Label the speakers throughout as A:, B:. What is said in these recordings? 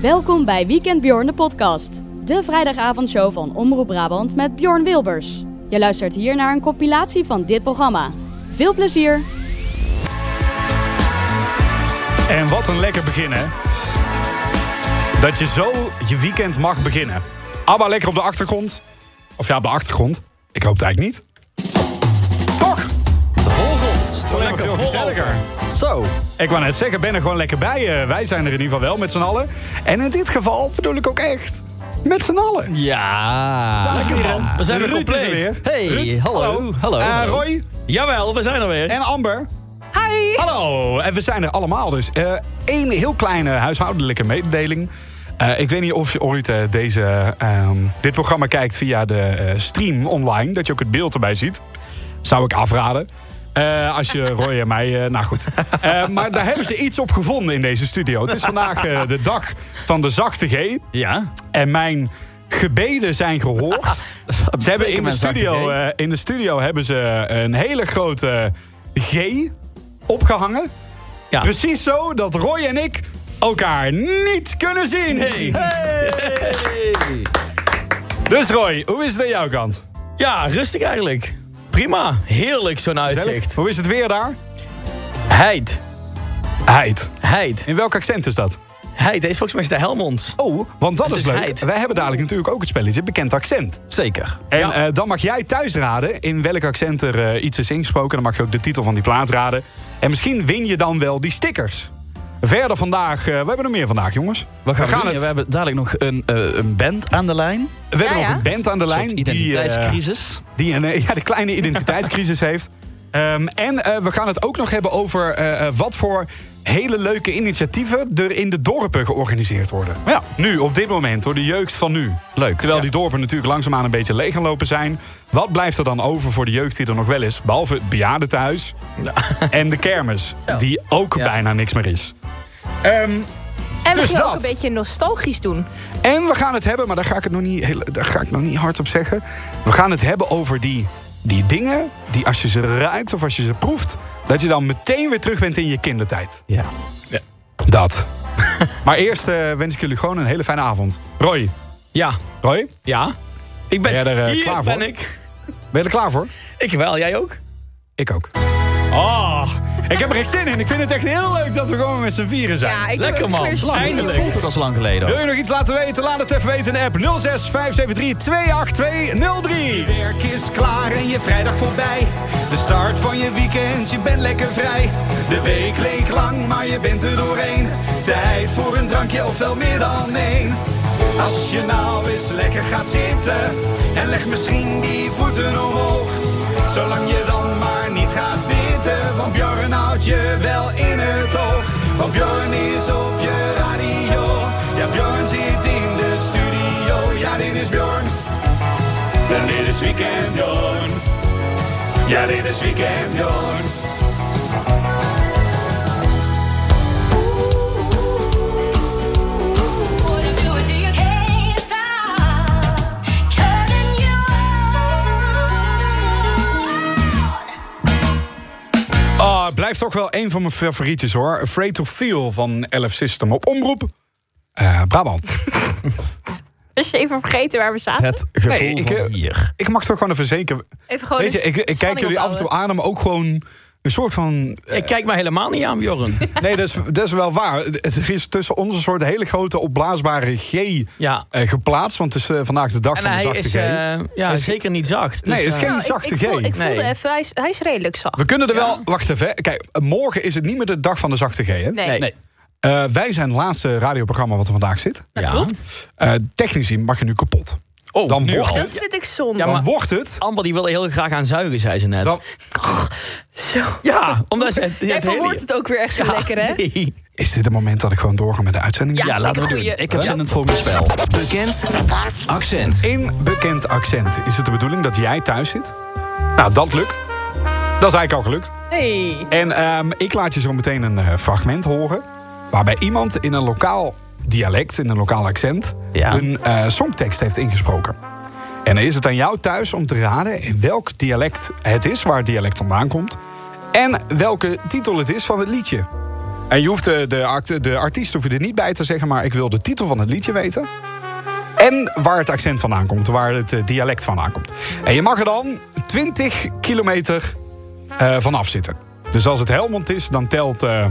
A: Welkom bij Weekend Bjorn de podcast. De vrijdagavondshow van Omroep Brabant met Bjorn Wilbers. Je luistert hier naar een compilatie van dit programma. Veel plezier!
B: En wat een lekker begin, hè? Dat je zo je weekend mag beginnen. ABBA lekker op de achtergrond. Of ja, op de achtergrond. Ik hoop het eigenlijk niet. Toch?
C: De volgrond.
B: Het is alleen maar veel gezelliger.
C: Zo.
B: Ik wou net zeggen, ben er gewoon lekker bij. eh, wij zijn er in ieder geval wel met z'n allen. En in dit geval bedoel ik ook echt met z'n allen.
C: Ja.
B: man.
C: We zijn weer
B: Ruud
C: compleet.
B: is er weer.
C: Hey,
B: Ruud,
C: hallo. Hallo.
B: Eh,
C: hallo.
B: Roy
D: Jawel, we zijn er weer.
B: en Amber.
A: Hi!
B: Hallo, en we zijn er allemaal dus. Eén heel kleine huishoudelijke mededeling. Eh, ik weet niet of je ooit eh, deze, ehm, dit programma kijkt via de eh, stream online. Dat je ook het beeld erbij ziet. Zou ik afraden. Eh, als je Roy en mij... eh, nou goed. Eh, maar daar hebben ze iets op gevonden in deze studio. Het is vandaag eh, de dag van de zachte G.
C: Ja.
B: En mijn gebeden zijn gehoord. Ze hebben in de, studio, eh, in de studio hebben ze eh, een hele grote eh, G opgehangen.
C: Ja.
B: Precies zo dat Roy en ik elkaar niet kunnen zien.
D: eh,
B: Dus Roy, hoe is het aan jouw kant?
D: Ja, rustig eigenlijk. Prima. Heerlijk zo'n uitzicht.
B: Hoe is het weer daar?
D: Heid.
B: Heid.
D: Heid.
B: In welk accent is dat?
D: Heid. Deze volgens mij is de Helmonds.
B: Oh, want dat
D: Het
B: is
D: is
B: leuk.
D: Heid.
B: Wij hebben dadelijk natuurlijk ook het spelletje Bekend Accent.
C: Zeker.
B: En
D: Ja.
B: eh, dan mag jij thuis raden in welk accent er eh, iets is ingesproken. Dan mag je ook de titel van die plaat raden. En misschien win je dan wel die stickers. Verder vandaag, eh, we hebben nog meer vandaag, jongens.
C: We gaan,
B: gaan
C: doen?
B: het.
C: We hebben dadelijk nog een, eh, een band aan de lijn.
B: We hebben
A: Ja,
B: nog een band aan de
C: Een
B: lijn
C: soort
B: die, eh,
C: identiteitscrisis.
B: die een eh, ja, de kleine identiteitscrisis heeft. Ehm, en eh, we gaan het ook nog hebben over eh, eh, wat voor hele leuke initiatieven er in de dorpen georganiseerd worden.
C: Ja.
B: Nu, op dit moment, door de jeugd van nu.
C: Leuk.
B: Terwijl
C: Ja.
B: die dorpen natuurlijk langzaamaan een beetje leeg gaan lopen zijn. Wat blijft er dan over voor de jeugd die er nog wel is? Behalve het bejaardentehuis en de kermis, die ook bijna niks meer is.
E: En we
B: Dus
E: gingen
B: dat.
E: ook een beetje nostalgisch doen.
B: En we gaan het hebben, maar daar ga ik het nog niet, heel- daar ga ik nog niet hard op zeggen. We gaan het hebben over die, die dingen die als je ze ruikt of als je ze proeft... dat je dan meteen weer terug bent in je kindertijd.
C: Ja.
B: Dat. maar eerst eh, wens ik jullie gewoon een hele fijne avond. Roy,
D: Ja.
B: Roy,
D: Ja. Ik ben,
B: Ben jij er, eh,
D: hier
B: klaar
D: ben
B: voor?
D: ik.
B: ben je er klaar voor?
D: Ik wel, jij ook?
B: Ik ook. Oh, ik heb er echt zin in. Ik vind het echt heel leuk dat we gewoon met z'n vieren zijn.
E: ik
D: Lekker man.
C: Eindelijk.
D: Eindelijk.
C: voelt het als lang geleden.
B: Wil je nog iets laten weten? Laat het even weten in de app 06 573 28203. Werk is klaar en je vrijdag voorbij. De start van je weekend, je bent lekker vrij. De week leek lang, maar je bent er doorheen. Tijd voor een drankje of wel meer dan één. Als je nou eens lekker gaat zitten en leg misschien die voeten omhoog. Zolang je dan maar niet gaat zitten, want Björn houdt je wel in het oog. Want Björn is op je radio. Ja, Björn zit in de studio. Ja, dit is Björn. En dit is Weekend Björn. Ja, dit is Weekend Björn. Ah, blijft toch wel een van mijn favorietjes hoor. Afraid to Feel van LF System op omroep. eh, Brabant.
E: Is je even vergeten waar we zaten?
C: gevoel
B: Nee, ik, eh,
C: van hier.
B: ik mag toch gewoon even zeker.
E: Even gewoon
B: Weet je,
E: eens
B: ik, ik kijk
E: spanning
B: jullie af en toe
E: opbouwen.
B: aan, maar ook gewoon een soort van
D: Ik kijk mij helemaal niet aan, Bjorn.
B: Nee, dat is, dat is wel waar. Het- Er is tussen ons een soort hele grote opblaasbare G
D: Ja.
B: eh, geplaatst. Want het is eh, vandaag de dag
D: En
B: van de
D: hij
B: zachte
D: is
B: G.
D: eh, ja,
B: Is-
D: zeker niet zacht.
B: Nee,
D: Dus,
B: is
D: eh,
B: geen
E: Nou, ik-
B: zachte
E: ik, voel-
B: G.
E: ik voelde
D: Nee.
E: even, hij is, hij is redelijk zacht.
B: We kunnen er wel... Wacht even. hè. Kijk, eh, morgen is het niet meer de dag van de zachte G. Hè?
E: Nee.
D: Nee.
C: Nee.
B: Eh, wij zijn het laatste radioprogramma wat er vandaag zit.
E: Dat
D: Ja.
E: klopt.
B: Eh, technisch gezien mag je nu kapot.
D: Oh,
B: Dan
D: nu
B: wordt
D: al.
B: het.
E: Dat vind ik zonde.
D: Ja,
B: Dan
D: maar-
B: wordt het...
D: Amber die wilde heel graag aan zuigen, zei ze net.
B: Dan,
E: Zo.
D: Ja, omdat ze... het-
E: Jij
D: het hele-
E: verwoordt het ook weer echt zo lekker, hè?
D: Nee.
B: is dit het moment dat ik gewoon doorga met de uitzending?
E: Ja.
C: Ja, laten
E: vind
C: we doen.
E: ik een goeie.
C: Ik heb
B: Ja.
C: zin in het volgende spel. Bekend accent.
B: In bekend accent. Is het de bedoeling dat jij thuis zit? Nou, dat lukt. Dat is eigenlijk al gelukt.
E: Hey.
B: En ehm, ik laat je zo meteen een eh, fragment horen. Waarbij iemand in een lokaal dialect, in een lokaal accent.
C: Ja.
B: een eh, songtekst heeft ingesproken. En dan is het aan jou thuis om te raden. in welk dialect het is, waar het dialect vandaan komt. En welke titel het is van het liedje. En je hoeft de, de, act- de artiest hoef je er niet bij te zeggen, maar ik wil de titel van het liedje weten. En waar het accent vandaan komt, waar het eh, dialect vandaan komt. En je mag er dan 20 kilometer eh, vanaf zitten. Dus als het Helmond is, dan telt eh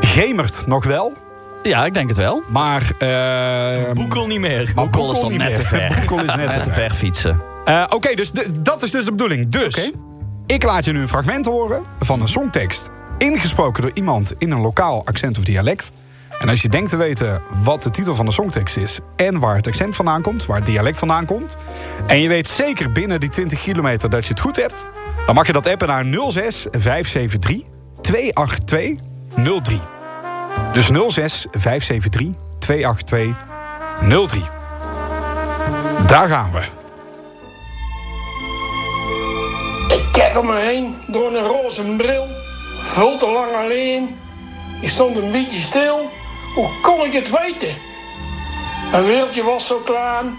B: Gemert nog wel.
C: Ja, ik denk het wel.
B: Maar, eh
D: Boekel niet meer.
B: maar
C: Boekel is dan
B: niet
C: net
B: meer.
C: te ver.
B: Boekel is net te
C: Net te
B: ver.
C: ver fietsen.
B: Eh, Oké, dus de- dat is dus de bedoeling. Dus, ik laat je nu een fragment horen van een songtekst... ingesproken door iemand in een lokaal accent of dialect. En als je denkt te weten wat de titel van de songtekst is... en waar het accent vandaan komt, waar het dialect vandaan komt... en je weet zeker binnen die 20 kilometer dat je het goed hebt... dan mag je dat appen naar 06 573 282 03. Dus 06 573 282 03. Daar gaan we.
F: Ik kijk om me heen door een roze bril, veel te lang alleen. Ik stond een beetje stil, hoe kon ik het weten? Mijn wereldje was zo klein.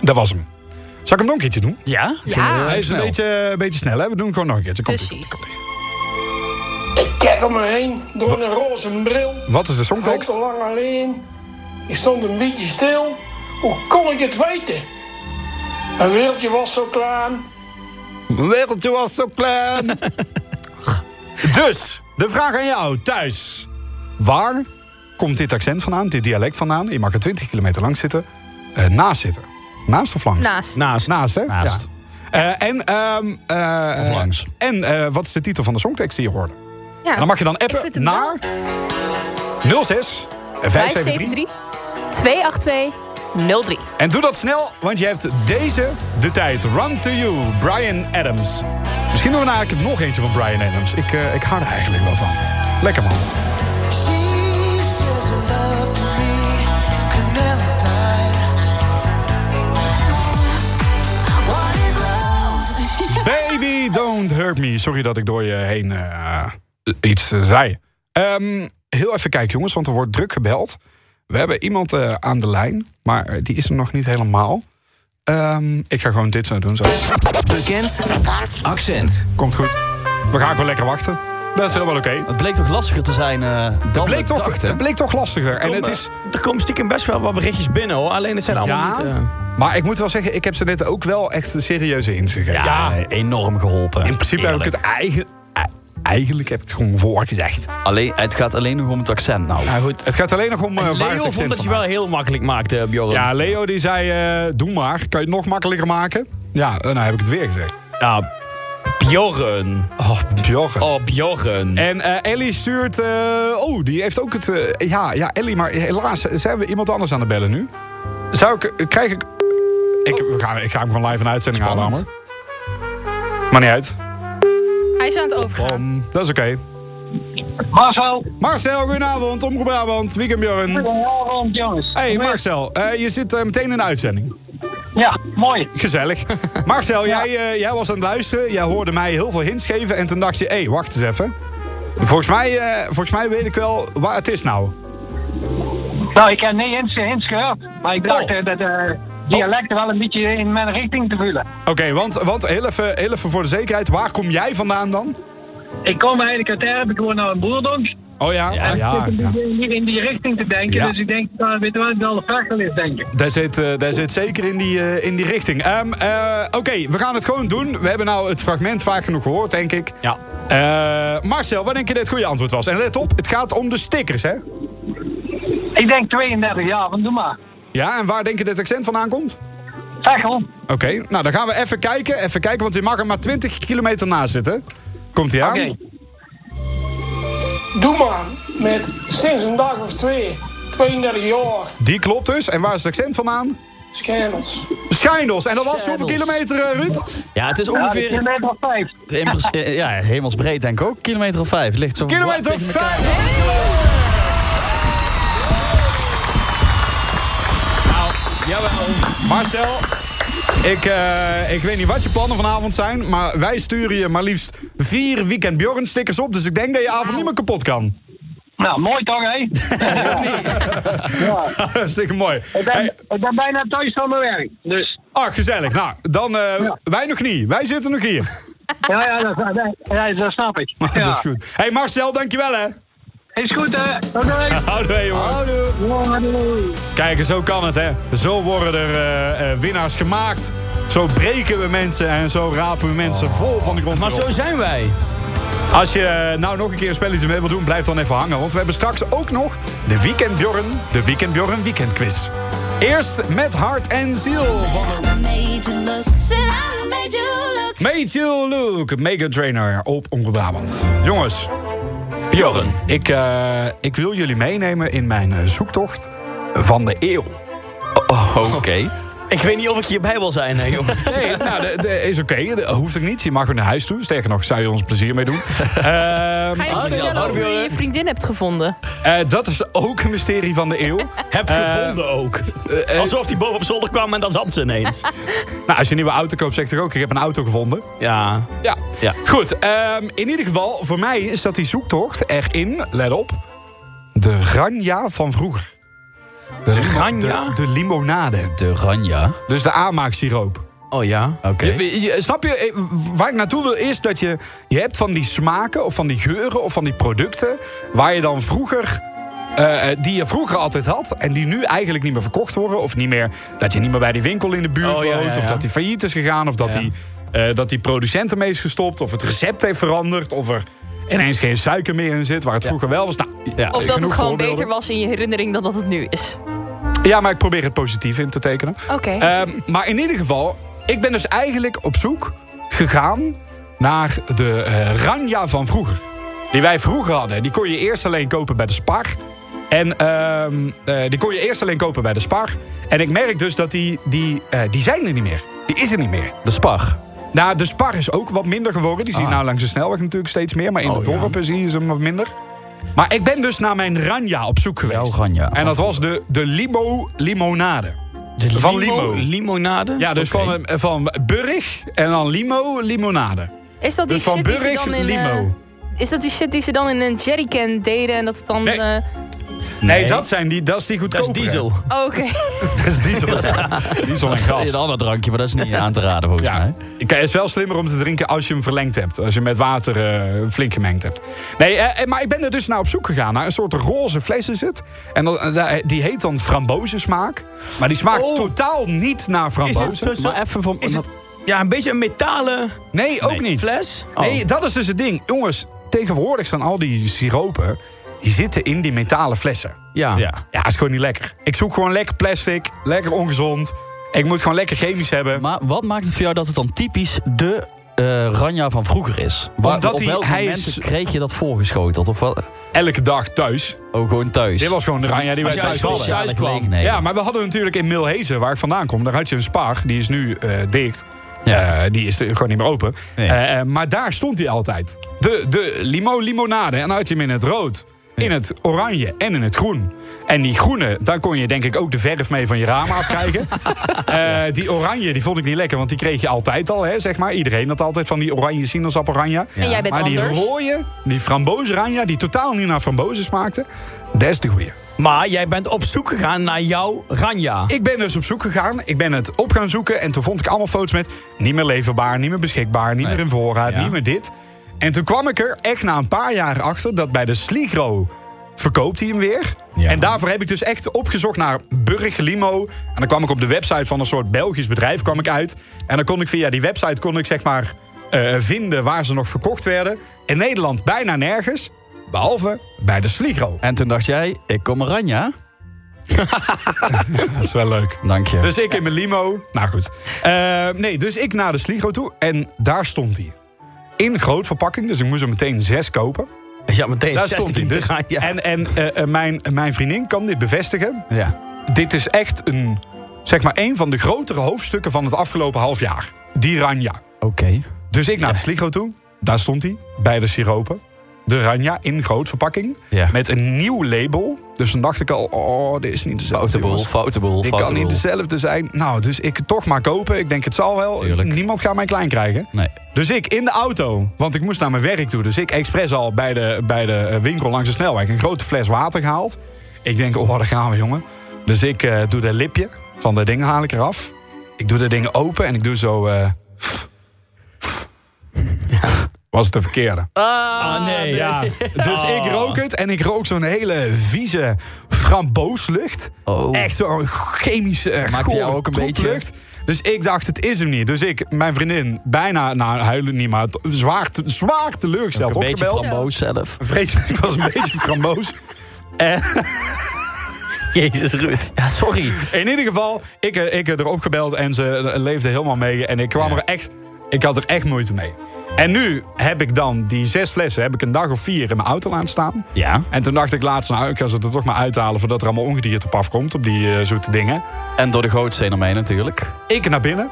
B: Dat was hem. Zal ik hem nog een keertje doen?
D: Ja?
E: Ja,
B: Hij is een beetje, eh, een beetje snel, hè? We doen hem gewoon nog een keertje. Komt-ie,
E: Precies.
B: komt-ie, komt-ie.
F: Ik kijk om me heen door een roze bril,
B: Wat is de
F: veel
B: songtekst?
F: te lang alleen. Ik stond een beetje stil, hoe kon ik het weten? Mijn wereldje was zo klein.
B: Wereldje was zo klein. dus, de vraag aan jou thuis. Waar komt dit accent vandaan, dit dialect vandaan? Je mag er 20 kilometer lang zitten. Eh, naast zitten. Naast of langs?
E: Naast.
D: Naast.
B: Naast, hè?
D: Naast.
B: Ja. Eh, en ehm, eh,
D: Of langs.
B: En eh, wat is de titel van de songtekst die je hoorde?
E: Ja.
B: En dan mag je dan
E: Ik vind
B: appen
E: hem
B: naar
E: wel.
B: 06 573
E: 283 03.
B: En doe dat snel, want je hebt deze de tijd. Run to you, Brian Adams. Misschien doen we nou eigenlijk nog eentje van Brian Adams. Ik, eh, ik hou er eigenlijk wel van. Lekker man.
G: She's just a love for me, could never die. What is love?
B: Baby, don't hurt me. Sorry dat ik door je heen eh, iets eh, zei. Ehm, heel even kijken jongens, want er wordt druk gebeld. We hebben iemand eh, aan de lijn, maar eh, die is er nog niet helemaal. Ehm, ik ga gewoon dit zo doen. Zo.
C: Bekend accent.
B: Komt goed. We gaan gewoon lekker wachten. Dat is helemaal oké.
C: Het bleek toch lastiger te zijn eh, dan
B: Het bleek,
C: we
B: toch-
C: dachten.
B: het bleek toch lastiger. En het
D: Kom,
B: is,
D: eh, Er komen stiekem best wel wat berichtjes binnen hoor. Alleen het zijn allemaal niet... eh,
B: Maar ik moet wel zeggen, ik heb ze net ook wel echt een serieuze in gegeven.
C: ja, enorm geholpen.
B: In principe heb ik het eigen, ei- eigenlijk heb ik het gewoon voor gezegd.
C: Alleen, het gaat alleen nog om het accent nou.
B: Nou goed, het gaat alleen nog om eh, waar het
D: Oh, Leo
B: accent
D: vond dat je wel
B: vandaan-
D: heel makkelijk maakte, eh, Bjorn.
B: Ja, Leo die zei, eh, doe maar, kan je het nog makkelijker maken? Ja, eh, nou heb ik het weer gezegd.
D: Ja, Bjorn.
B: Oh, Bjorn.
D: Oh, Bjorn.
B: En eh, Ellie stuurt, eh, oh, die heeft ook het, eh, ja, ja, Ellie, maar helaas eh, zijn we iemand anders aan het bellen nu. Zou ik, eh, krijg ik, ik, we gaan- ik ga hem gewoon live een uitzending halen,
C: Spannend.
B: hoor. Maar niet uit.
E: Hij is aan het overgaan.
B: Om, dat is oké.
H: Marcel,
B: Marcel, goedenavond. Omroep Brabant, Weekend Bjorn.
H: goedenavond jongens.
B: Hey Marcel, eh, je zit eh, meteen in de uitzending.
H: Ja, mooi.
B: Gezellig. Marcel, jij, eh, jij was aan het luisteren. Jij hoorde mij heel veel hints geven. En toen dacht je, hé, hey, wacht eens even. Volgens mij, eh, volgens mij weet ik wel waar het is nou.
H: Nou, ik heb niet eens, eens gehoord, maar ik dacht
B: Oh.
H: eh, dat eh dialecten wel een beetje in mijn richting te vullen.
B: Oké, want, want heel, even, heel even voor de zekerheid. Waar kom jij vandaan dan?
H: Ik kom eigenlijk uit Erb, ik woon nou in Boerdonk.
B: Oh ja, ja,
H: ik
B: ja.
H: zit een beetje niet in die richting te denken,
B: Ja.
H: dus ik denk, nou, weet je wat, wel de vechtel is, denk ik.
B: Daar, zit, eh, daar zit zeker in die, eh, in die richting. Ehm, eh, Oké, we gaan het gewoon doen. We hebben nou het fragment vaak genoeg gehoord, denk ik.
D: Ja.
B: Eh, Marcel, wat denk je dat het goede antwoord was? En let op, het gaat om de stickers, hè?
H: Ik denk 32 jaar, van doe maar.
B: Ja, en waar denk je dat het accent vandaan komt?
H: Vechel,
B: Oké, nou dan gaan we even kijken, even kijken, want je mag er maar 20 kilometer naast zitten. Komt hij aan?
H: oké.
F: Doe maar met sinds een dag of twee, 32 jaar,
B: Die klopt dus. En waar is het accent vandaan?
F: scandals.
B: Schijndels. En dat was hoeveel
D: Schijndels.
B: kilometer, eh, Ruud?
C: Ja, het is
H: Ja, de
C: ongeveer
H: kilometer of vijf.
C: in pers- eh, ja, hemelsbreed denk ik ook. Kilometer of vijf. Ligt zo
B: Kilometer
C: tegen elkaar.
B: 5.
D: Jawel.
B: Marcel, ik, eh, ik weet niet wat je plannen vanavond zijn, maar wij sturen je maar liefst vier Weekend Bjorn stickers op. Dus ik denk dat je avond niet meer kapot kan.
H: Nou, mooi toch, hè?
B: Hartstikke mooi.
H: Ik ben,
B: Hey,
H: ik ben bijna thuis van mijn werk, dus...
B: ah, gezellig. Nou, dan eh, wij nog niet. Wij zitten nog hier.
F: Ja, ja, dat, dat, ja, dat snap ik.
B: Maar
F: ja.
B: dat is goed. Hey Marcel, dankjewel hè.
F: Is goed, hè? Tot doei.
B: Houdoe, jongen.
F: Ja, doei.
B: Kijk, zo kan het hè. Zo worden er eh, eh, winnaars gemaakt. Zo breken we mensen en zo rapen we mensen vol van de grond.
D: Oh. Maar
B: weer op.
D: zo zijn wij.
B: Als je eh, nou nog een keer een spelletje mee wil doen, blijf dan even hangen. Want we hebben straks ook nog de Weekend Bjorn, de Weekend Bjorn Weekend Quiz. Eerst met hart en ziel van Major Luke, Mega Trainer op Omroep Brabant. Jongens, Bjorn, ik, eh, ik wil jullie meenemen in mijn eh, zoektocht van de eeuw.
D: Oh, Oké. Ik weet niet of ik hierbij wil zijn, hè, jongens.
B: Nee, nou, dat is oké. Dat Hoeft ik niet. Je mag weer naar huis toe. Sterker nog, zou je ons plezier mee doen. Ehm,
E: Ga je ons
D: Ah,
E: vertellen
D: ja.
E: over hoe je je vriendin hebt gevonden?
B: eh, dat is ook een mysterie van de eeuw. Eh,
D: Heb gevonden ook. Eh,
C: eh,
D: Alsof die boven op zolder kwam en dan zat ze ineens.
B: Nou, als je een nieuwe auto koopt, zegt er ook: Ik heb een auto gevonden.
D: Ja.
B: Ja.
D: Ja.
B: Goed, ehm, in ieder geval, voor mij is dat die zoektocht erin, let op, de Ranja van vroeger. De, limo-
D: Ranja?
B: De, de limonade.
C: De Ranja.
B: Dus de aanmaaksiroop.
D: Oh ja.
C: Oké.
B: Je- je- snap je, eh, waar ik naartoe wil is dat je... Je hebt van die smaken of van die geuren of van die producten... waar je dan vroeger... eh, eh, die je vroeger altijd had en die nu eigenlijk niet meer verkocht worden. Of niet meer, dat je niet meer bij die winkel in de buurt
D: Oh, ja,
B: woont.
D: ja,
B: Of
D: ja.
B: dat die failliet is gegaan. Of dat,
D: Ja.
B: die, eh, dat die producent ermee is gestopt. Of het recept heeft veranderd. Of er ineens geen suiker meer in zit, waar het vroeger wel was. Nou, ja,
E: Of dat het
B: genoeg
E: gewoon
B: voorbeelden.
E: beter was in je herinnering dan dat het nu is?
B: Ja, maar ik probeer het positief in te tekenen.
E: Oké.
B: Ehm, maar in ieder geval, ik ben dus eigenlijk op zoek gegaan naar de eh, Ranja van vroeger. Die wij vroeger hadden. Die kon je eerst alleen kopen bij de Spar. En ehm, eh, die kon je eerst alleen kopen bij de Spar. En ik merk dus dat die, die, eh, die zijn er niet meer. Die is er niet meer.
C: De Spar.
B: Nou, de Spar is ook wat minder geworden. Die zie je
C: Ah.
B: nou langs de snelweg natuurlijk steeds meer. Maar in
C: Oh,
B: de dorpen zie je ze wat minder. Maar ik ben dus naar mijn Ranja op zoek geweest.
C: Jouw Ranja. oh.
B: En dat was de, de Limo Limonade. Van Limo.
D: Limonade?
B: Ja, dus
D: Oké.
B: van, eh, van Burg en dan Limo, limonade.
E: Is dat die
B: Dus van
E: shit die ze
B: Burg,
E: dan in... eh,
B: Limo.
E: is dat die shit die ze dan in een jerrycan deden en dat het dan...
B: Nee.
E: eh,
B: Nee, dat, zijn die, dat is die
D: Dat is
B: goedkoper.
D: diesel.
E: oh, Oké.
B: Dat is diesel. diesel en
C: Een
B: gas.
C: ander drankje, maar dat is niet aan te raden volgens
B: Ja,
C: mij.
B: Kijk, het is wel slimmer om te drinken als je hem verlengd hebt. Als je hem met water eh, flink gemengd hebt. Nee, eh, eh, maar ik ben er dus naar op zoek gegaan. Naar een soort roze fles is het. En dat- eh, daar- die heet dan frambozensmaak. Maar die smaakt
D: Oh.
B: totaal niet naar frambozen.
D: Maar even van... Is het, ja, een beetje een metalen
B: Nee, ook niet.
D: fles. Oh.
B: Nee, dat is dus het ding. Jongens, tegenwoordig staan al die siropen... die zitten in die metalen flessen.
D: ja.
C: Ja.
B: Ja, is gewoon niet lekker. Ik zoek gewoon lekker plastic, lekker ongezond. Ik moet gewoon lekker chemisch hebben.
C: Maar wat maakt het voor jou dat het dan typisch de eh, Ranja van vroeger is? Waar,
B: Omdat
C: op
B: hij-
C: welke
B: hij
C: momenten
B: is-
C: kreeg je dat voorgeschoteld? Of wel?
B: Elke dag thuis.
C: Oh, gewoon thuis.
B: Dit was gewoon de Ranja die wij
D: Als jij
B: thuis
D: speciaal-
B: hadden.
C: speciale
D: thuis kwam.
C: gelegenheden.
B: Ja, maar we hadden natuurlijk in Milhezen, waar ik vandaan kom... daar had je een spaar, die is nu eh, dicht.
C: Ja.
B: Eh, die is er gewoon niet meer open.
C: Nee.
B: Eh, eh, maar daar stond hij altijd. De, de limo limonade. En dan had je hem in het rood, in het oranje en in het groen. En die groene, daar kon je denk ik ook de verf mee van je ramen afkrijgen. Eh, die oranje, die vond ik niet lekker, want die kreeg je altijd al, hè, zeg maar. Iedereen had altijd van die oranje sinaasappel oranje.
E: En jij bent
B: Maar die
E: anders.
B: rode, die frambozenranja, die totaal niet naar frambozen smaakte... Dat is de goeie.
D: Maar jij bent op zoek gegaan naar jouw Ranja.
B: Ik ben dus op zoek gegaan. Ik ben het op gaan zoeken. En toen vond ik allemaal foto's met niet meer leverbaar, niet meer beschikbaar, niet meer in voorraad,
D: Ja.
B: niet meer dit. En toen kwam ik er echt na een paar jaar achter dat bij de Sligro verkoopt hij hem weer.
C: Ja.
B: En daarvoor heb ik dus echt opgezocht naar Burg Limo. En dan kwam ik op de website van een soort Belgisch bedrijf kwam ik uit. En dan kon ik via die website kon ik zeg maar eh, vinden waar ze nog verkocht werden. In Nederland bijna nergens, behalve bij de Sligro.
C: En toen dacht jij, ik kom een Ranja.
B: Dat is wel leuk.
C: Dank je.
B: Dus ik in mijn limo. Nou goed. Eh, nee, dus ik naar de Sligo toe. En daar stond hij. In groot verpakking. Dus ik moest er meteen zes kopen.
D: Ja, meteen
B: Daar
D: 16
B: stond hij dus.
D: Ranja.
B: En, en eh, eh, mijn, mijn vriendin kan dit bevestigen.
C: ja.
B: Dit is echt een, zeg maar, een van de grotere hoofdstukken van het afgelopen half jaar. Die Ranja.
C: Oké.
B: Dus ik naar de Sligo toe. Daar stond hij. Bij de siropen. De Ranja in groot verpakking.
C: Ja.
B: Met een nieuw label. Dus dan dacht ik al, oh, dit is niet dezelfde.
C: Foute boel,
B: jongens.
C: foute boel,
B: Dit
C: foute
B: kan niet dus-
C: boel.
B: dezelfde zijn. Nou, dus ik toch maar kopen. Ik denk, het zal wel.
C: Tuurlijk.
B: Niemand gaat mij klein krijgen.
C: Nee.
B: Dus ik in de auto, want ik moest naar mijn werk toe. Dus ik expres al bij de, bij de winkel langs de snelweg een grote fles water gehaald. Ik denk, oh, daar gaan we, jongen. Dus ik eh, doe dat lipje van dat ding haal ik eraf. Ik doe dat ding open en ik doe zo... eh, Was het de verkeerde.
D: Ah, nee.
B: Ja, dus ik rook het en ik rook zo'n hele vieze frambooslucht.
C: Oh.
B: Echt zo'n chemische eh,
C: Maakte jou
B: gore
C: ook een beetje-
B: troeplucht. Dus ik dacht, het is hem niet. Dus ik, mijn vriendin, bijna, nou huilen niet, maar t- zwaar, te, zwaar teleurgesteld
C: Een beetje
B: opgebeld.
C: framboos zelf.
B: Vrees, ik was een beetje framboos.
C: Jezus, Ruud. Ja, sorry.
B: In ieder geval, ik, eh, ik heb erop gebeld en ze eh, leefde helemaal mee. En ik kwam er echt, ik had er echt moeite mee. En nu heb ik dan die zes flessen, heb ik een dag of vier in mijn auto laten staan.
C: Ja.
B: En toen dacht ik laatst, nou, ik ga ze er toch maar uithalen... voordat er allemaal ongedierte op afkomt, op die eh, zoete dingen.
C: En door de gootsteen omheen natuurlijk.
B: Ik naar binnen.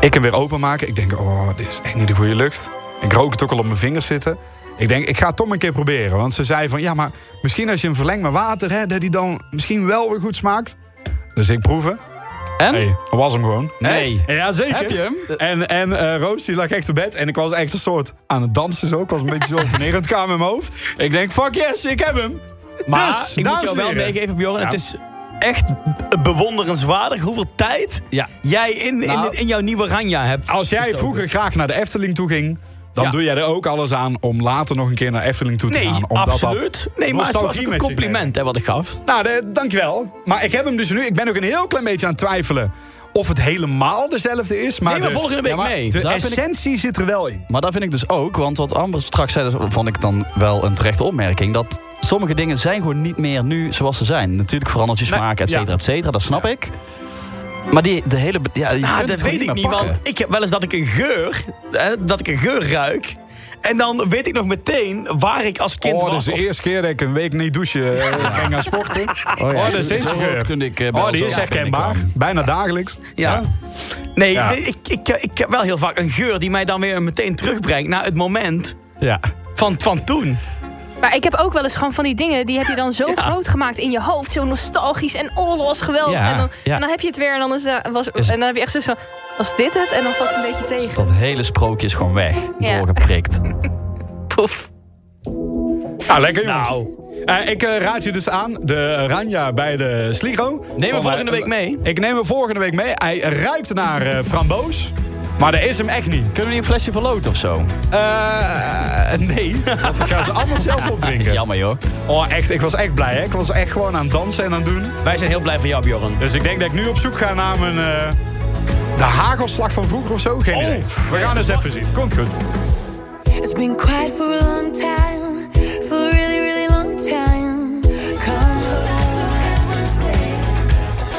B: Ik hem weer openmaken. Ik denk, oh, dit is echt niet de goede lucht. Ik rook het ook al op mijn vingers zitten. Ik denk, ik ga het toch maar een keer proberen. Want ze zei van, ja, maar misschien als je hem verlengt met water... Hè, dat hij dan misschien wel weer goed smaakt. Dus ik proeven.
C: En?
B: hey, dat was hem gewoon.
C: Nee.
B: Ja, zeker.
C: Heb je hem?
B: En, en eh, Roos die lag echt op bed. En ik was echt een soort aan het dansen zo. Ik was een beetje zo op en neer aan het gaan met mijn hoofd. Ik denk, fuck yes, ik heb hem.
D: Maar
B: Dus,
D: ik moet
B: dames
D: jou
B: en
D: wel
B: heren.
D: meegeven, Bjorn.
B: Ja.
D: Het is echt b- bewonderenswaardig hoeveel tijd
C: Ja.
D: jij in, in,
C: Nou.
D: in jouw nieuwe Ranja hebt.
B: Als jij
D: gestoken.
B: vroeger graag naar de Efteling toe ging, dan
D: Ja.
B: doe jij er ook alles aan om later nog een keer naar Efteling toe te
D: Nee,
B: gaan. Omdat
D: absoluut.
B: dat
D: Nee, maar het was
B: nostalgie
D: ook
B: met
D: een
B: zich
D: compliment hè, wat ik gaf.
B: meebrengt. Nou, de- dankjewel. Maar ik heb hem dus nu. Ik ben ook een heel klein beetje aan het twijfelen of het helemaal dezelfde is. Maar
D: Nee, maar
B: de,
D: volgende week
B: Ja, maar
D: mee.
B: De
D: Daar ben ik-
B: essentie zit er wel in.
C: Maar dat vind ik dus ook, want wat Amber straks zei, dat vond ik dan wel een terechte opmerking. Dat sommige dingen zijn gewoon niet meer nu zoals ze zijn. Natuurlijk verandert je
B: Nee,
C: smaak, et cetera,
B: ja. Ah,
C: et cetera. Dat snap ik. Maar die, de hele... be- Ja, je
D: Nou,
C: kunt
D: dat
C: het gewoon
D: weet ik
C: meer
D: niet,
C: pakken.
D: want ik heb wel eens dat ik een geur, hè, dat ik een geur ruik. En dan weet ik nog meteen waar ik als kind
B: oh, dat is
D: was.
B: de
D: Of-
B: eerste keer dat ik een week niet douchen eh, ging gaan sporten.
C: Oh, ja.
B: Oh, dat is deze
C: Zo ook
B: geur.
C: Toen ik, eh, bij
B: Oh,
C: ons
B: die
C: ook
B: is
C: binnenkwam.
B: herkenbaar. Bijna dagelijks.
D: ja. Nee,
B: Ja.
D: nee, ik, ik, ik heb wel heel vaak een geur die mij dan weer meteen terugbrengt naar het moment
B: Ja.
D: van, van toen.
E: Maar ik heb ook wel eens gewoon van die dingen, die heb je dan zo groot gemaakt in je hoofd. Zo nostalgisch en oorlogs geweldig.
C: Ja,
E: en, dan,
C: ja.
E: en dan heb je het weer en dan, is, eh, was,
C: Is-
E: en dan heb je echt zo van, was dit het? En dan valt het een beetje tegen.
C: Dat hele sprookje is gewoon weg.
E: Ja.
C: Doorgeprikt.
E: Poef.
B: Nou, lekker jongens. Eh, ik eh, raad je dus aan, de Ranja bij de Sligo.
D: Neem
B: Van,
D: hem volgende
B: eh,
D: week mee.
B: Ik neem hem volgende week mee. Hij ruikt naar eh, framboos. Maar dat is hem echt niet.
C: Kunnen we niet een flesje verloten of zo?
B: Eh, nee, want ik ga ze allemaal zelf opdrinken.
C: Jammer joh.
B: Oh, echt, ik was echt blij. Hè? Ik was echt gewoon aan het dansen en aan het doen.
D: Wij zijn heel blij van jou, Bjorn.
B: Dus ik denk dat ik nu op zoek ga naar mijn... eh, de hagelslag van vroeger of zo. Geen
D: Oh.
B: idee. We gaan eens even zien. Komt goed.
G: It's been quiet for a long time, for a really, really long time. Come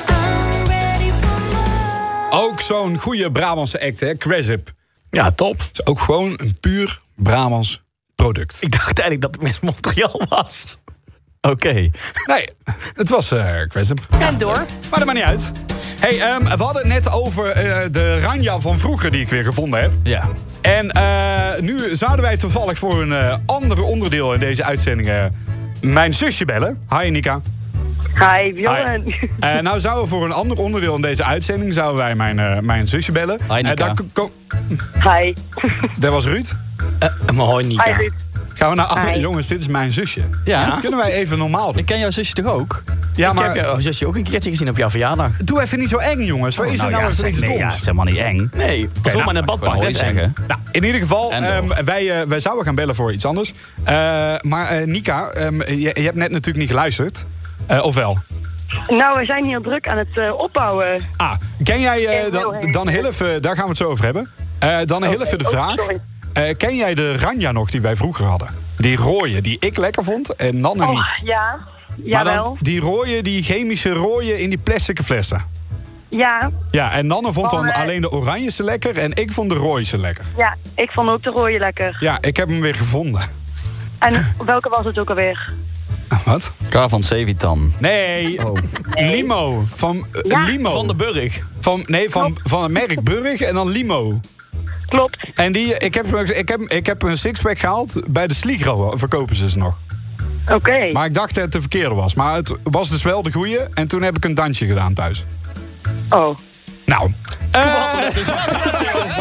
G: I'm ready for more.
B: Ook zo'n goede Brabantse act, hè? Cresip. Het
D: Ja, top.
B: is ook gewoon een puur Brabants product.
D: Ik dacht eigenlijk dat het Miss Montreal was.
C: Oké.
B: Nee, het was eh Cresip.
E: En door.
B: Maar dat maakt niet uit. hey, ehm, we hadden het net over eh, de Ranja van vroeger die ik weer gevonden heb.
C: Ja.
B: En eh, nu zouden wij toevallig voor een eh ander onderdeel in deze uitzending... eh, mijn zusje bellen. Hi, Nika.
H: Hi,
B: Hi. Eh, nou zouden we voor een ander onderdeel in deze uitzending... zouden wij mijn, eh, mijn zusje bellen.
C: Hi, Nika.
B: Eh, daar ko- ko-
H: Hi.
B: daar was Ruud.
D: Eh, maar hoi, Nika.
H: Hi, Ruud.
B: Gaan we naar... Ah,
H: Hi.
B: jongens, dit is mijn zusje.
C: Ja.
B: Kunnen wij even normaal doen?
C: Ik ken jouw zusje toch ook?
B: Ja,
D: Ik heb jouw zusje ook een keertje gezien op jouw verjaardag. Oh,
B: doe even niet zo eng, jongens. Waar is er nou
C: Oh, ja,
B: even
C: zeg,
B: iets
C: nee, ja,
B: doms?
C: het is helemaal niet eng.
D: Nee, pas op
B: nou,
D: maar naar het
C: Mag
D: badpark.
C: ik
D: Dat
C: gewoon
D: is
C: hoi
D: eng.
C: zeggen.
B: Nou, in ieder geval,
C: En door.
B: ehm, wij, eh, wij zouden gaan bellen voor iets anders. Eh, maar eh, Nika, ehm, je, je hebt net natuurlijk niet geluisterd. Eh, of wel?
H: Nou, we zijn hier druk aan het eh, opbouwen.
B: Ah, ken jij eh,
H: Eh,
B: dan,
H: heel erg.
B: dan heel even, daar gaan we het zo over hebben. Eh, dan heel even de
H: oh,
B: vraag.
H: sorry.
B: Eh, ken jij de ranja nog die wij vroeger hadden? Die rooie die ik lekker vond en Nanne niet.
H: Oh, ja.
B: Maar dan
H: Jawel.
B: die rooie, die chemische rooie in die plastic flessen.
H: Ja,
B: Ja, en Nanne vond
H: Oh,
B: dan
H: eh.
B: alleen de oranje ze lekker en ik vond de rooie ze lekker.
H: ja. Ik vond ook de rode lekker.
B: Ja, ik heb hem weer gevonden.
H: En welke was het ook alweer?
B: Wat?
C: K van Sevitan.
B: Nee, Limo. Van eh,
H: Ja.
B: Limo.
D: Van de
C: Oh.
D: Burg.
B: Van, nee, van, van het merk Burg en dan Limo.
H: Klopt.
B: En die, ik heb, ik heb, ik heb een sixpack gehaald. Bij de Sligro verkopen ze ze nog.
H: Oké.
B: Maar ik dacht dat het de verkeerde was. Maar het was dus wel de goeie. En toen heb ik een dansje gedaan thuis.
H: Oh.
B: Nou. eh,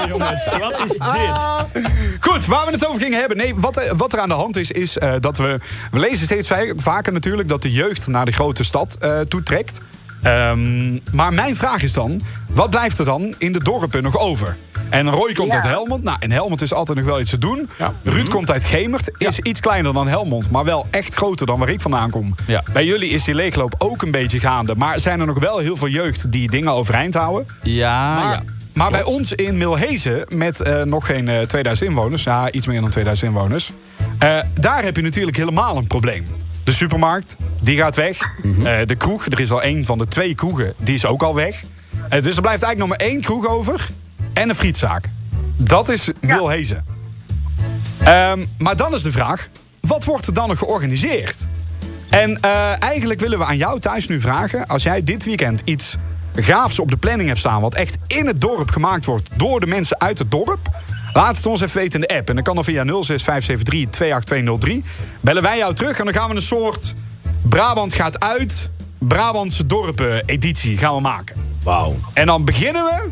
D: Jongens, wat is dit?
B: goed, waar we het over gingen hebben. Nee, wat, er- wat er aan de hand is, is eh, dat we... We lezen steeds va- vaker natuurlijk dat de jeugd naar de grote stad eh, toe trekt. Ehm, maar mijn vraag is dan, wat blijft er dan in de dorpen nog over? En Roy komt
H: Ja.
B: uit Helmond. Nou, in Helmond is altijd nog wel iets te doen.
D: Ja.
B: Ruud komt uit Gemert. Is iets kleiner dan Helmond, maar wel echt groter dan waar ik vandaan kom.
C: Ja.
B: Bij jullie is die leegloop ook een beetje gaande. Maar zijn er nog wel heel veel jeugd die dingen overeind houden?
C: Ja,
B: Maar,
C: ja.
B: maar bij ons in Milhezen, met eh, nog geen eh, 2000 inwoners... ja, iets meer dan 2000 inwoners... eh, daar heb je natuurlijk helemaal een probleem. De supermarkt, die gaat weg. Eh, de kroeg, er is al één van de twee kroegen, die is ook al weg. Eh, dus er blijft eigenlijk nog maar één kroeg over en een frietzaak. Dat is Milhezen. Ehm, maar dan is de vraag, wat wordt er dan nog georganiseerd? En eh, eigenlijk willen we aan jou thuis nu vragen... als jij dit weekend iets gaafs op de planning hebt staan... wat echt in het dorp gemaakt wordt door de mensen uit het dorp... laat het ons even weten in de app. En dan kan dat via 06573-28203. Bellen wij jou terug en dan gaan we een soort... Brabant gaat uit, Brabantse dorpen editie gaan we maken.
D: Wauw.
B: En dan beginnen we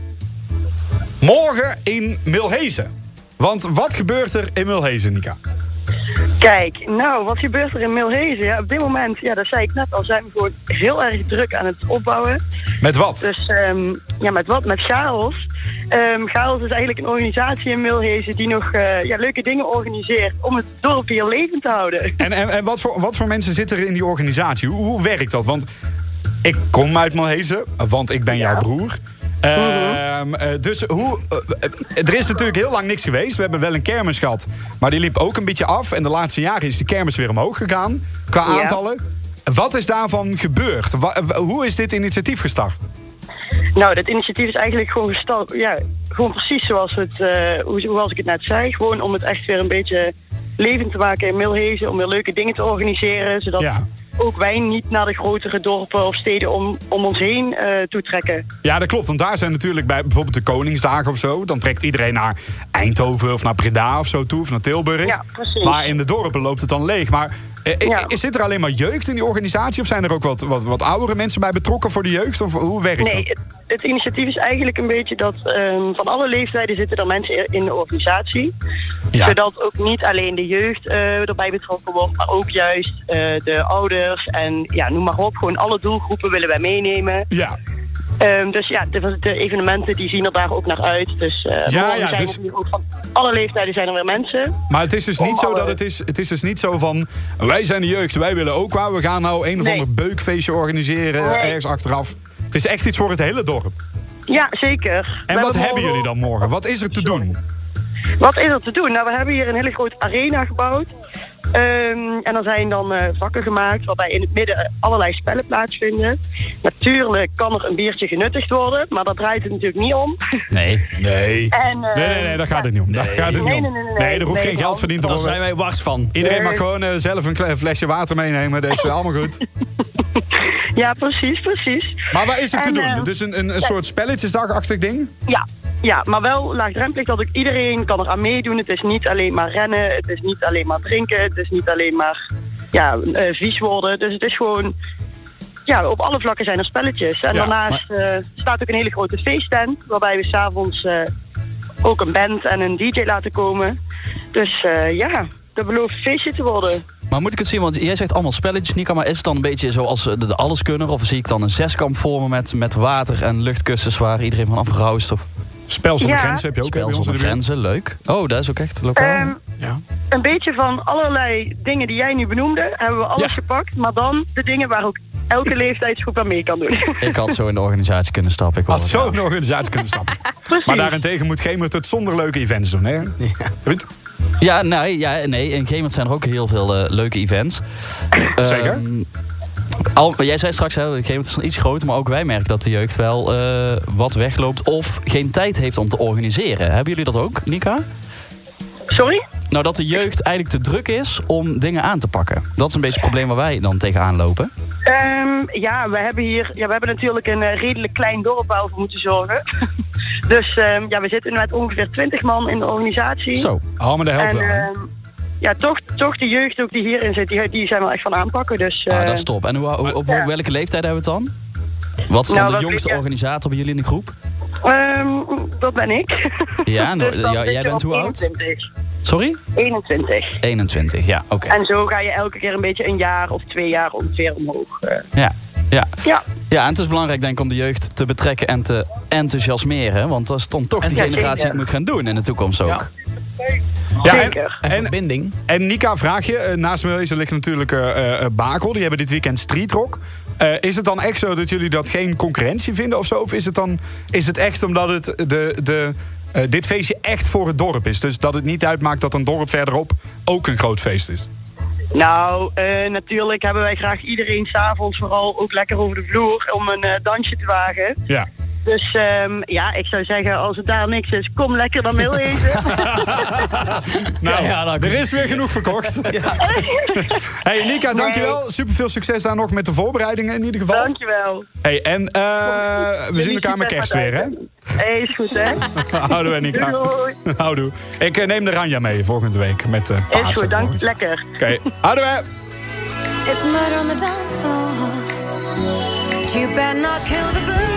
B: morgen in Milhezen. Want wat gebeurt er in Milhezen, Nika?
H: Kijk, nou, wat gebeurt er in Milhezen? Ja, op dit moment, ja, dat zei ik net al, zijn we gewoon heel erg druk aan het opbouwen.
B: Met wat?
H: Dus ehm, ja, met wat? Met Chaos. Ehm Chaos is eigenlijk een organisatie in Milhezen die nog eh, ja, leuke dingen organiseert om het dorp hier levend te houden.
B: En, en, en wat, voor, wat voor mensen zitten er in die organisatie? Hoe, hoe werkt dat? Want ik kom uit Malhezen, want ik ben jouw broer. Ehm, eh, dus hoe, eh, eh, er is natuurlijk heel lang niks geweest. We hebben wel een kermis gehad, maar die liep ook een beetje af. En de laatste jaren is die kermis weer omhoog gegaan qua
H: Ja.
B: aantallen. Wat is daarvan gebeurd? Wa- w- hoe is dit initiatief gestart?
H: Nou, dat initiatief is eigenlijk gewoon gestart. Ja, gewoon precies zoals, het, eh, hoe, zoals ik het net zei. Gewoon om het echt weer een beetje levend te maken in Milhezen. Om weer leuke dingen te organiseren. Zodat
B: Ja.
H: ook wij niet naar de grotere dorpen of steden om, om ons heen eh, toetrekken.
B: Ja, dat klopt. Want daar zijn natuurlijk bij bijvoorbeeld de Koningsdagen of zo. Dan trekt iedereen naar Eindhoven of naar Breda of zo toe. Of naar Tilburg.
H: Ja, precies.
B: Maar in de dorpen loopt het dan leeg. Maar eh,
H: Ja.
B: is, zit er alleen maar jeugd in die organisatie? Of zijn er ook wat, wat, wat oudere mensen bij betrokken voor de jeugd? Of hoe werkt
H: Nee,
B: dat?
H: het, het initiatief is eigenlijk een beetje dat ehm, van alle leeftijden zitten er mensen in de organisatie.
B: Ja.
H: Zodat ook niet alleen de jeugd eh, erbij betrokken wordt, maar ook juist eh, de ouders en ja, noem maar op. Gewoon alle doelgroepen willen wij meenemen.
B: Ja.
H: Ehm, dus ja, de, de evenementen die zien er daar ook naar uit. Dus eh,
B: Ja,
H: morgen
B: ja,
H: zijn
B: dus-
H: er hier ook van alle leeftijden zijn er weer mensen.
B: Maar het is dus niet zo
H: alle-
B: dat het is. Het is dus niet zo van. Wij zijn de jeugd, wij willen ook waar. We gaan nou een of
H: Nee.
B: ander beukfeestje organiseren. eh,
H: Nee.
B: Ergens achteraf. Het is echt iets voor het hele dorp.
H: Ja, zeker.
B: En
H: We
B: wat hebben
H: morgen-
B: jullie dan morgen? Wat is er te doen?
H: Wat is er te doen? Nou, we hebben hier een hele grote arena gebouwd. Ehm, en er zijn dan eh, vakken gemaakt waarbij in het midden eh, allerlei spellen plaatsvinden. Natuurlijk kan er een biertje genuttigd worden, maar dat draait het natuurlijk niet om.
C: nee.
B: Nee.
H: En, eh,
B: Nee, nee, nee, daar gaat het niet om. Daar gaat het
H: Nee,
B: niet om.
H: nee, nee, nee,
B: er hoeft
H: nee,
B: geen
H: man.
B: geld verdiend te
D: Daar
B: worden.
D: zijn wij wars van.
B: Iedereen mag
H: Nee.
B: gewoon eh, zelf een kle- flesje water meenemen. Dat is eh, allemaal goed.
H: Ja, precies, precies.
B: Maar waar is het te
H: En,
B: doen?
H: eh,
B: Dus een, een, een soort spelletjesdagachtig ding?
H: Ja, ja, maar wel laagdrempelig dat ook iedereen kan er aan meedoen. Het is niet alleen maar rennen, het is niet alleen maar drinken, het is niet alleen maar ja, eh, vies worden. Dus het is gewoon, ja, op alle vlakken zijn er spelletjes. En
B: Ja,
H: daarnaast eh, staat ook een hele grote feesttent, waarbij we s'avonds eh ook een band en een DJ laten komen. Dus eh, ja, dat belooft een feestje te worden.
C: Maar moet ik het zien? Want jij zegt allemaal spelletjes, Nika. Maar is het dan een beetje zoals eh, de, de alleskunner? Of zie ik dan een zeskamp vormen met, met water en luchtkussens waar iedereen van afgeroust? Of
B: Spel zonder
H: Ja.
B: grenzen heb je ook hè,
C: spel
B: bij ons in
C: zonder
B: de buurt.
C: grenzen? Leuk. Oh, dat is ook echt lokaal.
H: Ehm,
B: Ja.
H: Een beetje van allerlei dingen die jij nu benoemde, hebben we alles
C: Ja.
H: gepakt. Maar dan de dingen waar ook elke leeftijdsgroep aan mee kan doen.
C: Ik had zo in de organisatie kunnen stappen. Ik
B: Had
C: was
B: zo'n organisatie kunnen stappen. maar daarentegen moet Gemert het zonder leuke events doen, hè? Goed?
C: Ja, nee, ja, nee. In Gemert zijn er ook heel veel eh, leuke events.
B: Zeker.
H: Eh,
C: Ehm, al, maar jij zei straks, hè, Gemert is dan iets groter, maar ook wij merken dat de jeugd wel eh, wat wegloopt of geen tijd heeft om te organiseren. Hebben jullie dat ook, Nika?
H: Sorry?
C: Nou, dat de jeugd eigenlijk te druk is om dingen aan te pakken. Dat is een beetje het probleem waar wij dan tegenaan lopen.
H: Ehm, ja, we hebben hier ja, we hebben natuurlijk een eh, redelijk klein dorp waar we voor moeten zorgen. dus ehm, ja, we zitten met ongeveer 20 man in de organisatie.
C: Zo.
B: Oh, maar dat helpt
H: en
B: wel. hè?
H: ehm, ja, toch, toch de jeugd ook die hierin zit, die, die zijn wel echt van aanpakken. Dus, eh,
C: Ah, dat is top. En hoe, hoe- op
H: Ja.
C: welke leeftijd hebben we het dan? Wat is dan
H: Nou,
C: de
H: dat
C: jongste
H: weet je-
C: organisator bij jullie in de groep?
H: ehm, dat ben ik.
C: Ja, nou,
H: Dus dan
C: ja,
H: zit
C: jij
H: je
C: bent
H: op
C: hoe oud?
H: 21.
C: Sorry?
H: 21.
C: 21, ja, oké.
H: En zo ga je elke keer een beetje een jaar of twee jaar ongeveer omhoog. eh.
C: Ja. Ja.
H: ja.
C: Ja, en het is belangrijk denk ik om de jeugd te betrekken en te enthousiasmeren. Want dat is dan toch die
H: Ja,
C: generatie die
H: zeker.
C: het moet gaan doen in de toekomst ook.
D: Ja.
B: Ja, en,
H: Zeker.
D: En
B: en,
D: verbinding.
B: en Nika, vraag je. eh, naast Melissa ligt natuurlijk eh, eh, Bakel. Die hebben dit weekend streetrock. Eh, is het dan echt zo dat jullie dat geen concurrentie vinden of zo? Of is het, dan, is het echt omdat het de, de, eh, dit feestje echt voor het dorp is? Dus dat het niet uitmaakt dat een dorp verderop ook een groot feest is?
H: Nou, eh, natuurlijk hebben wij graag iedereen s'avonds vooral ook lekker over de vloer om een eh, dansje te wagen.
B: Ja.
H: Dus ehm, ja, ik zou zeggen, als het daar niks is, kom lekker dan heel even.
B: Nou,
D: Ja, ja, nou,
B: er is weer genoeg verkocht. hey Nika, dankjewel. Super veel succes daar nog met de voorbereidingen in ieder geval.
H: Dankjewel.
B: Hey, en eh, we zien elkaar met kerst weer, hè?
H: Hey, is goed, hè?
B: Houden we, Nika.
H: Doei.
B: Houdoe. Ik eh, neem de Ranja mee volgende week met eh Pasen.
H: Is goed, dank.
B: volgend jaar.
H: Lekker.
B: Oké, houden we.
G: It's murder on the dance floor. But you better not kill the groove.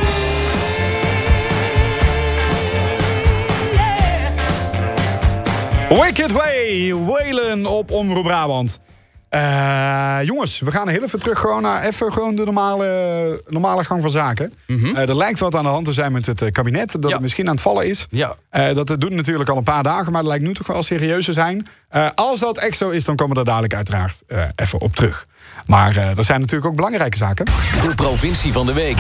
B: Wicked Way, Whalen op Omroep Brabant. Eh, jongens, we gaan heel even terug gewoon naar even gewoon de normale, normale gang van zaken. Eh, er lijkt wat aan de hand te zijn met het eh, kabinet. Dat
C: Ja.
B: het misschien aan het vallen is.
C: Ja.
B: Eh, dat het doet natuurlijk al een paar dagen, maar dat lijkt nu toch wel serieus te zijn. Eh, als dat echt zo is, dan komen we daar dadelijk uiteraard eh, even op terug. Maar eh er zijn natuurlijk ook belangrijke zaken.
I: De provincie van de week.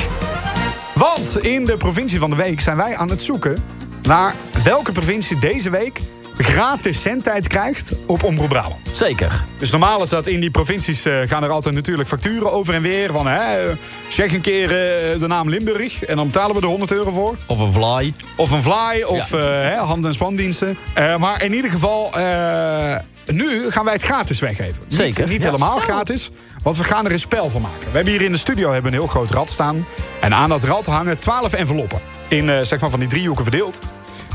B: Want in de provincie van de week zijn wij aan het zoeken naar welke provincie deze week gratis zendtijd krijgt op Omroep Brabant.
C: Zeker.
B: Dus normaal is dat in die provincies eh, gaan er altijd natuurlijk facturen over en weer. Van hè, eh, check een keer eh, de naam Limburg en dan betalen we er 100 euro voor.
C: Of een fly.
B: Of een fly, of eh hè, hand- en spandiensten. Eh, maar in ieder geval, eh, nu gaan wij het gratis weggeven. Niet-
C: Zeker.
B: Niet,
C: Ja.
B: helemaal gratis, want we gaan er een spel van maken. We hebben hier in de studio hebben een heel groot rad staan. En aan dat rad hangen 12 enveloppen. In eh, zeg maar van die driehoeken verdeeld.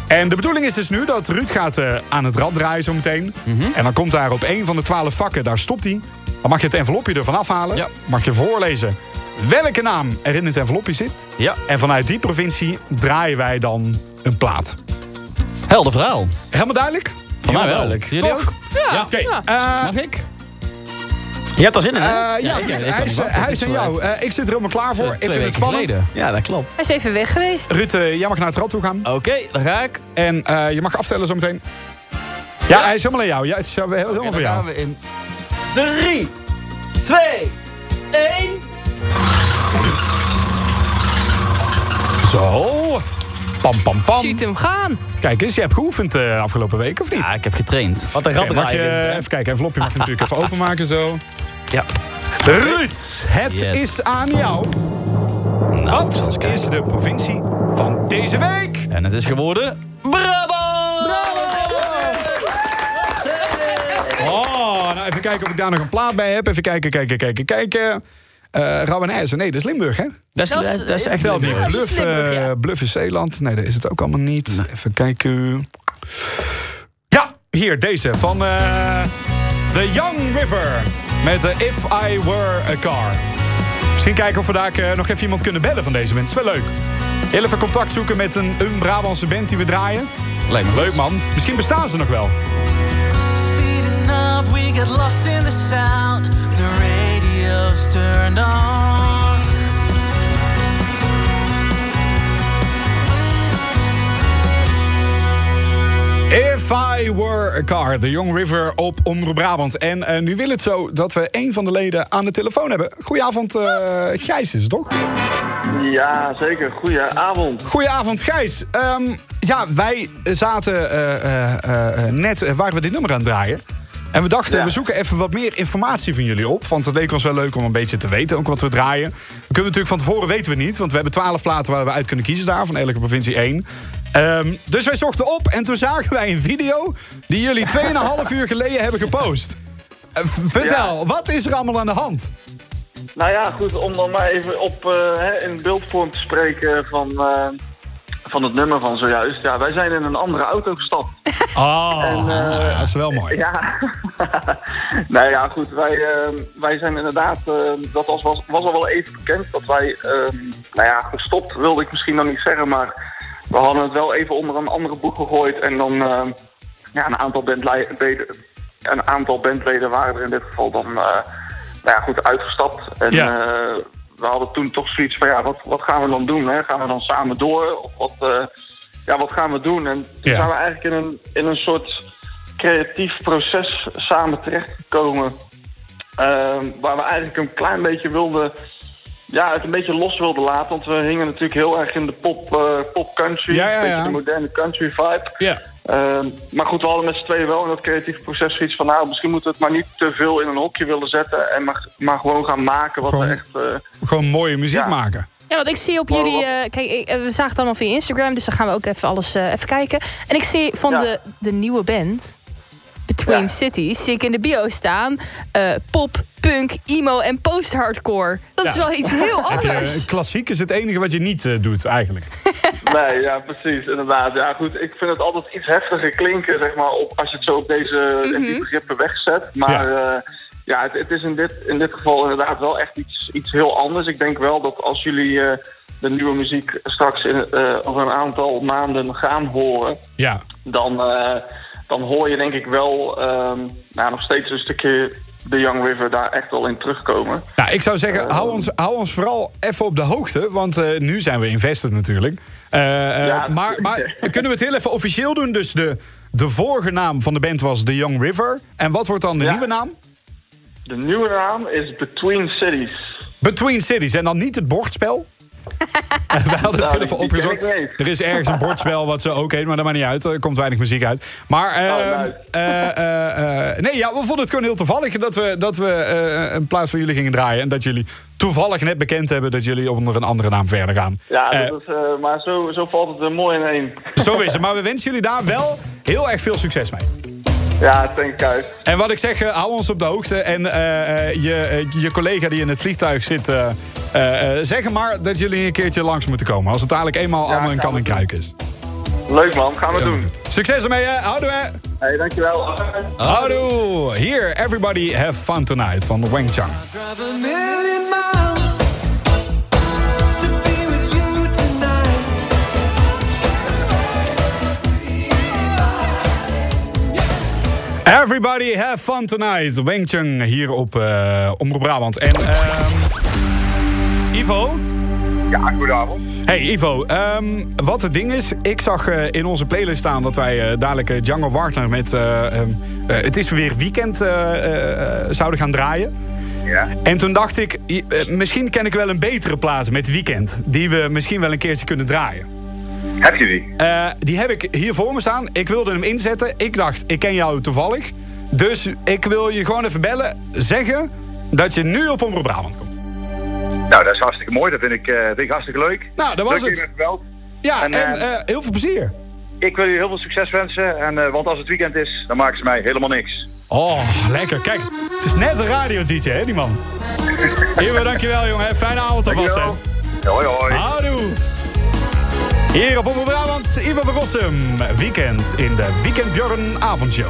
B: En de bedoeling is dus nu dat Ruud gaat eh, aan het rad draaien zometeen.
C: Mhm.
B: En dan komt daar op één van de 12 vakken, daar stopt hij. Dan mag je het envelopje ervan afhalen.
C: Ja.
B: Mag je voorlezen welke naam er in het envelopje zit.
C: Ja.
B: En vanuit die provincie draaien wij dan een plaat.
C: Helder verhaal.
B: Helemaal duidelijk?
C: Voor mij wel.
D: duidelijk.
C: Jullie
B: Toch?
C: ook?
B: Ja. Oké. eh,
C: Mag ik?
D: Je hebt er zin in, hè?
B: eh, ja,
C: ik-
B: goed.
C: ik kan
B: hij
C: niet
B: is,
C: wachten.
B: hij
C: Het
B: is
C: is
B: aan
C: wel
B: jou. Eh, ik zit er helemaal klaar voor.
C: Eh,
B: ik
C: twee
B: vind het
C: weken
B: spannend.
C: geleden.
D: Ja, dat klopt.
E: Hij is even weg geweest.
B: Ruud, eh, jij mag naar het rad toe gaan.
C: Oké, daar ga ik.
B: En eh, je mag aftellen zometeen. Ja, hij is helemaal aan jou. Ja, het is eh, helemaal
C: En
B: voor
C: dan
B: jou.
C: gaan we in.
D: 3, 2, 1.
B: Zo. Pam, pam, pam.
E: Ziet hem gaan.
B: Kijk eens, je hebt geoefend de afgelopen week, of niet?
C: Ja, ik heb getraind.
D: Wat een
B: Oké, mag
D: raddraaier
B: je,
D: is het, hè?
B: even kijken, envelopje mag je natuurlijk even openmaken zo.
D: Ja.
B: Ruud, het
C: Yes. Nou,
B: is aan jou. Wat is de provincie van deze week?
C: En het is geworden. Brabant!
B: Oh, nou even kijken of ik daar nog een plaat bij heb. Even kijken, kijken, kijken, kijken. Eh Rabanese, nee, dat is Limburg, hè?
D: Dat is,
E: Dat
D: dat
E: is-
D: is, echt
B: Wel
D: wel
B: niet.
D: nieuw.
E: is
B: Bluff,
E: Limburg,
B: eh,
E: ja.
B: Bluff is Zeeland. Nee, dat is het ook allemaal niet. Even kijken. Ja, hier, deze van eh, The Young River. Met eh, If I Were a Car. Misschien kijken of we daar eh, nog even iemand kunnen bellen van deze mensen. Wel leuk. Heel even contact zoeken met een, een Brabantse band die we draaien.
C: Lijkt me
B: Leuk man. Misschien bestaan ze nog wel.
G: Speeding up, we get lost in the sound. The radio's turned on.
B: If I Were a Car, de Young River op Omroep Brabant. En eh, nu wil het zo dat we een van de leden aan de telefoon hebben. Goedenavond, eh, Gijs is het toch?
F: Ja, zeker. Goeie avond.
B: Goedenavond, Gijs. Ehm, ja, wij zaten eh, eh, eh, eh, net eh, waar we dit nummer aan draaien. En we dachten,
F: Ja.
B: we zoeken even wat meer informatie van jullie op. Want het leek ons wel leuk om een beetje te weten, ook wat we draaien. Dat kunnen we natuurlijk van tevoren weten we niet. Want we hebben twaalf platen waar we uit kunnen kiezen daar, van elke provincie één. Ehm, dus wij zochten op en toen zagen wij een video... die jullie 2,5 uur geleden hebben gepost. Eh, v- vertel, wat is er allemaal aan de hand?
F: Nou ja, goed, om dan maar even op eh, hè, in beeldvorm te spreken van, eh, van het nummer van zojuist. Ja, wij zijn in een andere auto gestapt.
B: Oh, dat is wel mooi.
F: Ah. Ja. nou ja, goed. Wij, ehm, wij zijn inderdaad, ehm, dat was, was, was al wel even bekend, dat wij, ehm, nou ja, gestopt wilde ik misschien nog niet zeggen, maar we hadden het wel even onder een andere boek gegooid. En dan, ehm, ja, een aantal bandleden, een aantal bandleden waren er in dit geval dan, eh, nou ja, goed, uitgestapt. En
B: Ja.
F: eh, we hadden toen toch zoiets van, ja, wat, wat gaan we dan doen? Hè? Gaan we dan samen door? Of wat, eh, ja, wat gaan we doen? En toen
B: Ja.
F: zijn we eigenlijk in een, in een soort creatief proces samen terechtgekomen. ehm, waar we eigenlijk een klein beetje wilden... Ja, het een beetje los wilden laten. Want we hingen natuurlijk heel erg in de pop, eh, pop country.
B: Ja, ja,
F: Een beetje
B: ja.
F: de moderne country vibe.
B: Ja.
F: Ehm, maar goed, we hadden met z'n tweeën wel in dat creatieve proces zoiets van... nou, misschien moeten we het maar niet te veel in een hokje willen zetten... en maar, maar gewoon gaan maken wat
B: Gewoon-
F: we echt... eh,
B: Gewoon mooie muziek
F: Ja.
B: maken.
E: Ja, want ik zie op jullie... eh, kijk, ik- eh, we zagen het allemaal via Instagram, dus dan gaan we ook even alles eh, even kijken. En ik zie van
F: Ja.
E: de, de nieuwe band, Between Cities, zie ik in de bio staan... eh, pop, punk, emo en post-hardcore. Dat is
B: Ja.
E: wel iets heel
B: Heb je,
E: anders.
B: eh, klassiek is het enige wat je niet eh, doet, eigenlijk.
F: nee, ja, precies, inderdaad. Ja, goed, ik vind het altijd iets heftiger klinken, zeg maar... Op, als je het zo op deze in die begrippen wegzet. Maar ja, ja het, het is in dit, in dit geval inderdaad wel echt iets, iets heel anders. Ik denk wel dat als jullie eh, de nieuwe muziek straks in, eh, over een aantal maanden gaan horen...
B: Ja.
F: dan, eh, dan hoor je denk ik wel ehm, nou, nog steeds een stukje de Young River daar echt wel in terugkomen.
B: Nou, ik zou zeggen, hou ons, hou ons vooral even op de hoogte. Want eh, nu zijn we invested natuurlijk. Eh, eh,
F: Ja,
B: maar, maar kunnen we het heel even officieel doen? Dus de, de vorige naam van de band was The Young River. En wat wordt dan de nieuwe naam?
F: De nieuwe naam is Between Cities.
B: Between Cities. En dan niet het bordspel? we hadden het
F: Nou,
B: heel even
F: die- die ken ik
B: opgezocht.
F: niet.
B: Er is ergens een bordspel wat ze ook heet, maar dat maakt niet uit. Er komt weinig muziek uit.
F: Oh,
B: Maar eh, eh, eh, eh, nee, ja, we vonden het gewoon heel toevallig dat we, dat we eh, een plaats voor jullie gingen draaien. En dat jullie toevallig net bekend hebben dat jullie onder een andere naam verder gaan.
F: Ja,
B: Eh,
F: dat is, eh, maar zo, zo valt het er mooi in één.
B: zo is het. Maar we wensen jullie daar wel heel erg veel succes mee.
F: Ja, thank you.
B: En wat ik zeg, eh, hou ons op de hoogte. En eh, eh, je, eh, je collega die in het vliegtuig zit, eh, eh, eh, zeg hem maar dat jullie een keertje langs moeten komen. Als het dadelijk eenmaal allemaal in kan en kruik is.
F: Leuk man, gaan we doen.
B: Succes ermee, hè? Houden we!
F: Hey, dankjewel.
B: Houdoe! Hier, Everybody Have Fun Tonight van Wang Chang.
J: Drive a million miles to be with you tonight.
B: Everybody Have Fun Tonight. Wang Chang hier op eh Omroep Brabant. En ehm, Ivo?
F: Ja, goedenavond.
B: Hey Ivo, ehm, wat het ding is, ik zag eh, in onze playlist staan dat wij eh, dadelijk eh, Django Wagner met eh, ehm, eh, Het is weer weekend eh, eh, eh, zouden gaan draaien.
F: Ja.
B: En toen dacht ik, i- eh, misschien ken ik wel een betere plaat met weekend, die we misschien wel een keertje kunnen draaien.
F: Heb je die?
B: Eh, die heb ik hier voor me staan. Ik wilde hem inzetten. Ik dacht, ik ken jou toevallig. Dus ik wil je gewoon even bellen, zeggen dat je nu op Omroep Brabant komt.
C: Nou, dat is hartstikke mooi. Dat vind ik, eh, vind ik hartstikke leuk.
B: Nou, dat was
C: Leuk
B: het.
C: je bent gebeld.
B: Ja, en,
C: En, eh,
B: eh, heel veel plezier.
C: Ik wil jullie heel veel succes wensen. En, eh, want als het weekend is, dan maken ze mij helemaal niks.
B: Oh, lekker. Kijk, het is net een radio-dj, hè, die man. Ivo, dankjewel, jongen. Fijne avond alvast, hè.
C: Hoi, hoi.
B: Houdoe. Hier op Omroep Brabant, Ivo van Rossum. Weekend in de Weekend Bjorn Avondshow.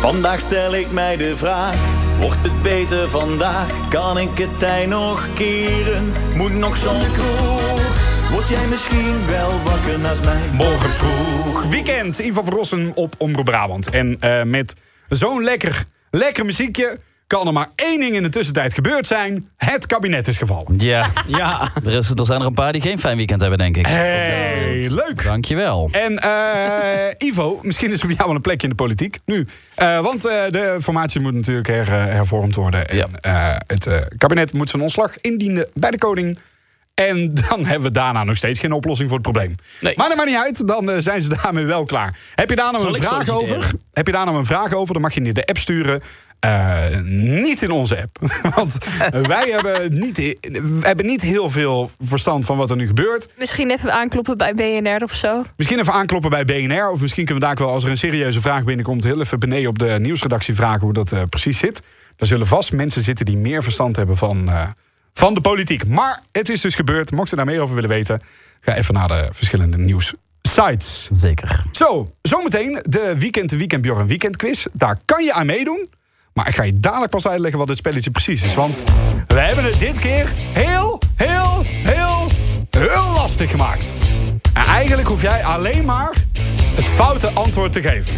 D: Vandaag stel ik mij de vraag: Wordt het beter vandaag? Kan ik het tij nog keren? Moet nog zo'n kroeg? Word jij misschien wel wakker naast mij?
B: Morgen vroeg. Weekend, Ivo van Rossum op Omroep Brabant. En eh, met zo'n lekker, lekker muziekje... kan er maar één ding in de tussentijd gebeurd zijn. Het kabinet is gevallen.
K: Ja, ja. Er, is, er zijn er een paar die geen fijn weekend hebben, denk ik.
B: Hey, leuk.
K: Dankjewel.
B: En eh, Ivo, misschien is er voor jou wel een plekje in de politiek nu. Eh, want eh, de formatie moet natuurlijk her, eh, hervormd worden. En eh, het eh, kabinet moet zijn ontslag indienen bij de koning. En dan hebben we daarna nog steeds geen oplossing voor het probleem. Maar dat maakt niet uit, dan eh, zijn ze daarmee wel klaar. Heb je daar nou
L: Zal
B: een
L: ik
B: vraag
L: solliciteren?
B: over? Heb je daar nou een vraag over? Dan mag je in de app sturen. Eh, niet in onze app. Want eh, wij hebben niet, we hebben niet heel veel verstand van wat er nu gebeurt.
E: Misschien even aankloppen bij BNR of zo.
B: Misschien even aankloppen bij BNR. Of misschien kunnen we daar ook wel, als er een serieuze vraag binnenkomt... heel even beneden op de nieuwsredactie vragen hoe dat eh, precies zit. Daar zullen vast mensen zitten die meer verstand hebben van, eh, van de politiek. Maar het is dus gebeurd. Mocht je daar meer over willen weten... ga even naar de verschillende nieuwssites.
K: Zeker.
B: Zo, zometeen de Weekend de Weekend Bjorn Weekend Quiz. Daar kan je aan meedoen. Maar ik ga je dadelijk pas uitleggen wat dit spelletje precies is. Want we hebben het dit keer heel, heel, heel, heel lastig gemaakt. En eigenlijk hoef jij alleen maar het foute antwoord te geven.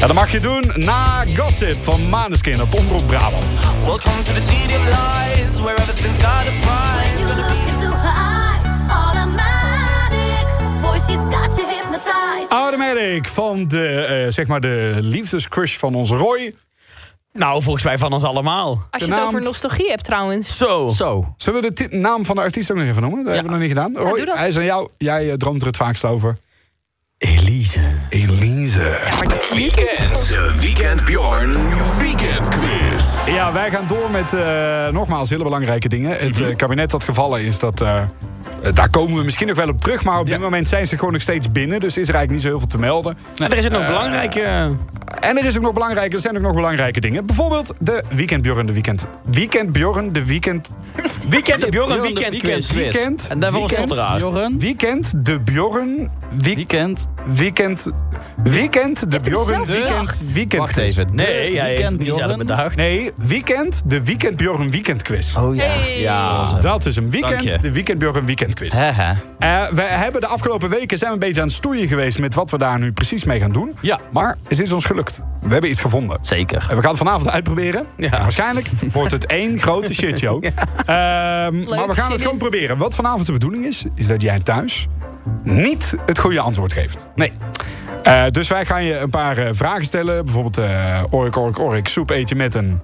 B: En dat mag je doen na Gossip van Maneskin op Omroep Brabant.
J: Welcome to the city of lies, where everything's got a price.
B: Oh. week van de, eh, zeg maar de liefdescrush van onze Roy.
D: Nou, volgens mij van ons allemaal.
E: Als je het over nostalgie hebt trouwens.
D: Zo.
B: Zo. Zullen we de ti- naam van de artiest ook nog even noemen? Dat hebben we nog niet gedaan. Roy,
E: doe dat.
B: hij is aan jou. Jij eh, droomt er het vaakst over.
D: Elise.
B: Nou, Elise.
M: Weekend. De Weekend Bjorn Weekend Quiz.
B: Ja, wij gaan door met eh, nogmaals hele belangrijke dingen. Het eh, kabinet dat gevallen is, dat, eh, eh, daar komen we misschien nog wel op terug. Maar op dit moment zijn ze gewoon nog steeds binnen. Dus is er eigenlijk niet zo heel veel te melden.
D: En er is ook nog
B: Eh,
D: belangrijke...
B: En er is ook nog belangrijke, er zijn ook nog belangrijke dingen. Bijvoorbeeld de Weekend Bjorn de Weekend. Weekend Bjorn de Weekend.
D: Weekend de Bjorn Weekend Quiz.
B: Weekend.
D: En daarvoor een
B: Weekend
D: stotteraar.
C: Bjorn.
B: Weekend de Bjorn. Weekend. Weekend. Weekend de Bjorn.
E: zelf
B: Weekend.
E: bedacht.
B: Weekend.
C: Wacht
B: quiz.
C: even. de
D: Nee, jij hebt het niet zelf
C: Bjorn.
D: bedacht.
B: Nee, weekend, de Weekend Bjorn Weekend Quiz.
C: Oh ja.
E: Hey.
C: Ja.
B: Dat is een
C: Dank je.
B: weekend, de Weekend Bjorn Weekend Quiz.
C: Haha.
B: Eh, we hebben de afgelopen weken zijn we een beetje aan het stoeien geweest met wat we daar nu precies mee gaan doen.
C: Ja.
B: Maar het is ons gelukt. We hebben iets gevonden.
C: Zeker.
B: En we gaan het vanavond uitproberen.
D: Ja.
B: En waarschijnlijk wordt het één grote shitshow. Ehm, maar we gaan
E: zin
B: het gewoon
E: in.
B: proberen. Wat vanavond de bedoeling is, is dat jij thuis niet het goede antwoord geeft. Nee. Eh, dus wij gaan je een paar eh, vragen stellen. Bijvoorbeeld, eh orik, orik, orik, soep eet je met een...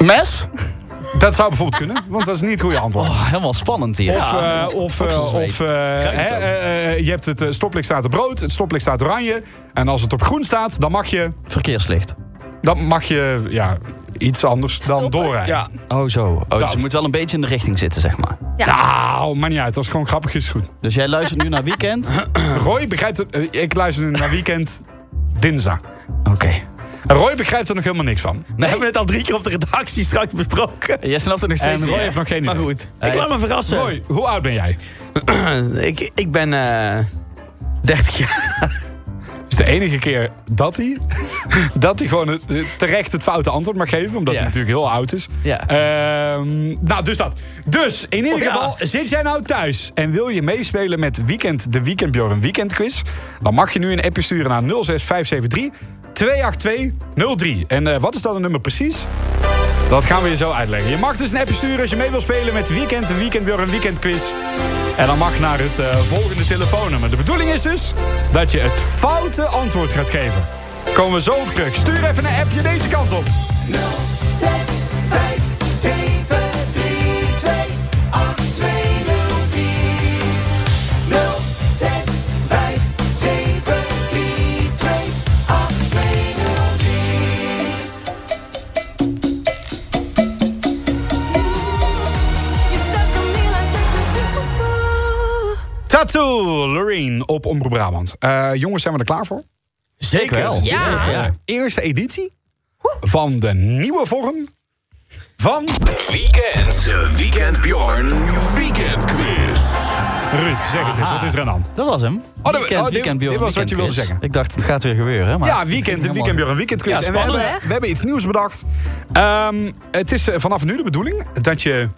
C: Mes?
B: Dat zou bijvoorbeeld kunnen, want dat is niet het goede antwoord.
C: Oh, helemaal spannend hier.
B: Of,
C: Ja.
B: eh, of,
C: Ook
B: eh,
C: zo'n zweet.
B: of eh, hè, eh, eh, je hebt het eh, stoplicht staat op rood, het stoplicht staat oranje. En als het op groen staat, dan mag je,
C: Verkeerslicht.
B: dan mag je ja, iets anders dan doorrijden.
D: Ja.
C: Oh zo. Oh, dus
B: Dat.
C: je moet wel een beetje in de richting zitten, zeg maar.
B: Nou, maar niet uit. Dat is gewoon grappig, is goed.
C: Dus jij luistert nu naar Weekend? Oké.
B: Roy begrijpt het. eh, ik luister nu naar weekend dinsdag. En Roy begrijpt er nog helemaal niks van.
D: We hebben het al drie keer op de redactie straks besproken.
C: Jij snapt het nog steeds
B: En
C: niet,
B: Roy
C: hè?
B: heeft nog geen idee.
D: Maar goed, ik laat me verrassen.
B: Roy, hoe oud ben jij?
D: ik, ik ben eh 30 jaar.
B: Het is de enige keer dat hij, dat hij gewoon het- eh, terecht het foute antwoord mag geven. Omdat
D: Ja.
B: hij natuurlijk heel oud is.
D: Ja.
B: Ehm, nou, dus dat. Dus, in ieder
D: Oh, ja.
B: geval, zit jij nou thuis en wil je meespelen met weekend, de Weekend Bjorn Weekend Quiz? Dan mag je nu een appje sturen naar 06573 28203. En eh, wat is dan een nummer precies? Dat gaan we je zo uitleggen. Je mag dus een appje sturen als je mee wil spelen met Weekend, de Weekend Bjorn Weekend Quiz. En dan mag naar het eh, volgende telefoonnummer. De bedoeling is dus dat je het foute antwoord gaat geven. Komen we zo op terug. Stuur even een appje deze kant op.
G: 6, 5, 7, 3, 2, 8, 2, 0, 4. 0, 6, 5, 7, 3, 2, 8, 2, 0, 4. You stuck on me like we could do.
B: Tattoo Loreen op Omroep Brabant. Eh, jongens, zijn we er klaar voor?
D: Zeker wel.
E: Ja.
B: De Eh, eerste editie van de nieuwe vorm van
M: Weekend. De Weekend Bjorn Weekend Quiz.
B: Ruud. Zeg het eens, wat is er aan de hand?
C: Dat was hem.
B: Ah, dat- oh, dit-
C: Bjorn,
B: dit was wat je wilde
C: quiz.
B: zeggen.
C: Ik dacht, het gaat weer gebeuren. Maar
B: Ja,
C: het
B: weekend,
C: ging
B: een weekend,
C: helemaal-
B: een weekendquiz.
C: Ja,
B: en we hebben,
C: spannend,
B: we hebben iets nieuws bedacht. Ehm, het is eh, vanaf nu de bedoeling dat je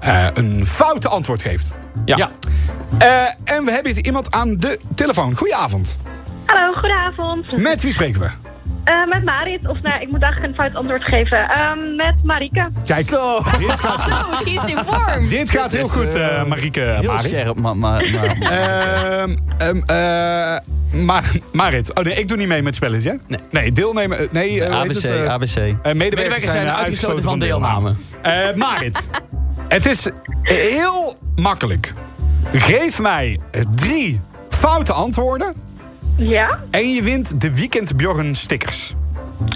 B: eh, een foute antwoord geeft.
D: Ja.
B: Eh, en we hebben hier iemand aan de telefoon. Goedenavond.
H: Hallo, goedenavond.
B: Met wie spreken we?
H: Eh, met Marit, of nou, ik moet eigenlijk een fout antwoord geven. Ehm, met Marike.
B: Kijk, dit gaat,
E: Zo, die is in vorm.
B: dit gaat heel
C: is,
B: goed,
C: eh,
B: eh Marieke.
C: Heel
B: Marit.
C: scherp, maar... maar, maar-
B: Ehm, ehm, eh, maar, Marit. Oh nee, ik doe niet mee met spelletjes, hè? Nee, deelnemen. eh, Nee, eh, hoe heet
C: ABC,
B: het, eh,
C: ABC.
B: Eh, medewerkers
D: Medewerkers
B: zijn, eh, uitgesloten van deelname.
D: deelname.
B: Eh, Marit, het is heel makkelijk. Geef mij drie foute antwoorden
H: Ja?
B: en je wint de Weekend Bjorn stickers.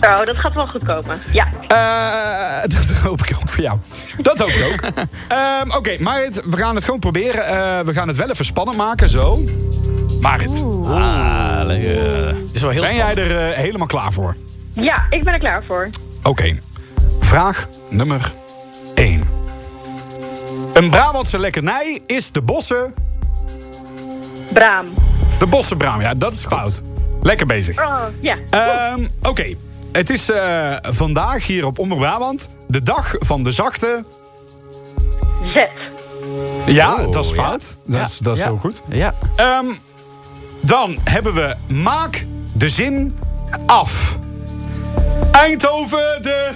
H: Oh, dat gaat wel goed komen. Ja.
B: Eh, dat hoop ik ook voor jou. Dat hoop ik ook. Ehm, Oké, Marit, we gaan het gewoon proberen. Eh, we gaan het wel even spannend maken, zo. Marit,
D: Ah, lekker. Het is wel heel
B: ben
D: spannend.
B: jij er eh, helemaal klaar voor?
H: Ja, ik ben er klaar voor.
B: Oké, vraag nummer 1. Een Brabantse lekkernij is de bossen...
H: Braam.
B: De bossenbraam, ja, dat is fout. Lekker bezig.
H: Oh, ja.
B: Ehm, Oké, het is eh, vandaag hier op Omroep Brabant de dag van de zachte...
H: Zet.
B: Ja,
C: Oh,
B: dat is
C: ja.
B: fout. Dat is, dat is
C: Ja.
B: heel goed.
C: Ja.
B: Ehm, dan hebben we maak de zin af. Eindhoven de...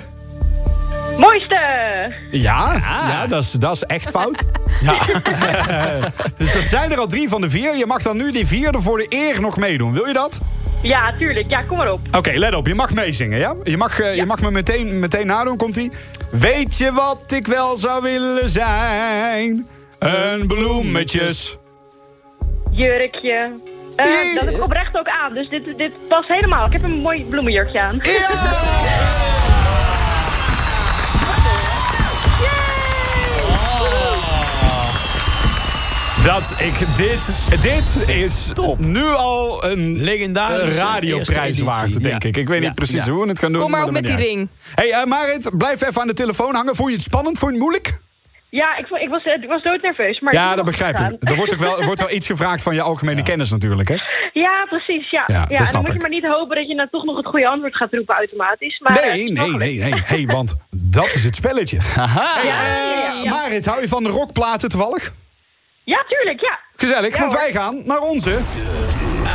H: Mooiste!
B: Ja, ja dat, is, dat is echt fout. Ja. dus dat zijn er al drie van de vier. Je mag dan nu die vierde voor de eer nog meedoen. Wil je dat?
H: Ja, tuurlijk. Ja, kom maar op.
B: Oké, let op. Je mag meezingen, ja? Je mag, eh, Je mag me meteen, meteen nadoen. Komt-ie. Weet je wat ik wel zou willen zijn? Een bloemetjes.
H: Jurkje. Eh, dat heb ik oprecht ook aan, dus dit, dit past helemaal. Ik heb een mooi bloemenjurkje aan.
B: Dat ik dit... Dit is nu al een
D: Legendarische
B: radioprijs
D: eerste editie,
B: waard, denk
D: ja.
B: ik. Ik weet
D: Ja,
B: niet precies
D: ja.
B: hoe we het gaan doen.
E: Kom maar op
B: dat
E: met
B: maakt
E: die
B: niet
E: ring.
B: uit. hey, eh, Marit, blijf even aan de telefoon hangen. Vond je het spannend? Vond je het moeilijk?
H: Ja, ik, vo- ik, was, eh, ik was doodnerveus. Maar
B: ja,
H: heb
B: dat
H: nog
B: begrijp
H: gedaan.
B: ik. Er wordt, ook wel, er wordt wel iets gevraagd van je algemene kennis natuurlijk, hè?
H: Ja, precies. Ja.
B: Ja,
H: Ja,
B: dat
H: en
B: snap
H: dan moet
B: ik.
H: je maar niet hopen dat je nou toch nog het goede antwoord gaat roepen automatisch. Maar, eh,
B: nee, nee, nee, nee. Hey, want dat is het spelletje. Hey, eh, Marit, hou je van de rockplaten toevallig?
H: Ja, tuurlijk, ja.
B: Gezellig, want wij gaan naar onze...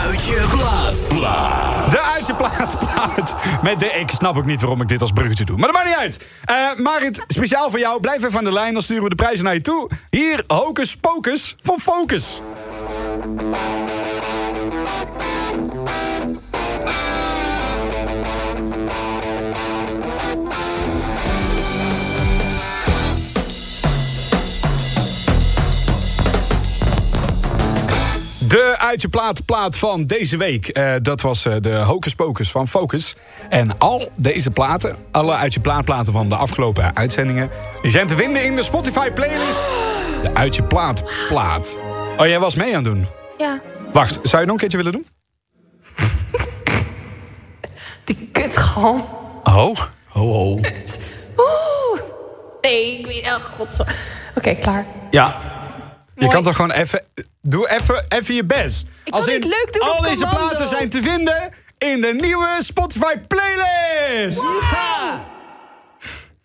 N: Uit je plaat.
B: De uit je plaat, plaat. Met de, ik snap ook niet waarom ik dit als bruggetje doe. Maar dat maakt niet uit. Eh, Marit, speciaal voor jou. Blijf even aan de lijn, dan sturen we de prijzen naar je toe. Hier, Hocus Pocus van Focus. De uit je plaat plaat van deze week. Eh, dat was eh, de Hocus Pocus van Focus. En al deze platen, alle uit je plaat platen van de afgelopen uitzendingen... die zijn te vinden in de Spotify playlist. De uit je plaat plaat. Oh, jij was mee aan het doen.
E: Ja.
B: Wacht, zou je het nog een keertje willen doen?
E: Die kut gewoon.
C: Oh. Ho, ho.
E: Oeh. Nee, ik weet echt god zo. Oké, klaar.
B: Ja. Je kan toch gewoon even... Doe even, even je best.
E: Ik kan niet leuk doen op
B: Al deze
E: commando.
B: platen zijn te vinden in de nieuwe Spotify playlist.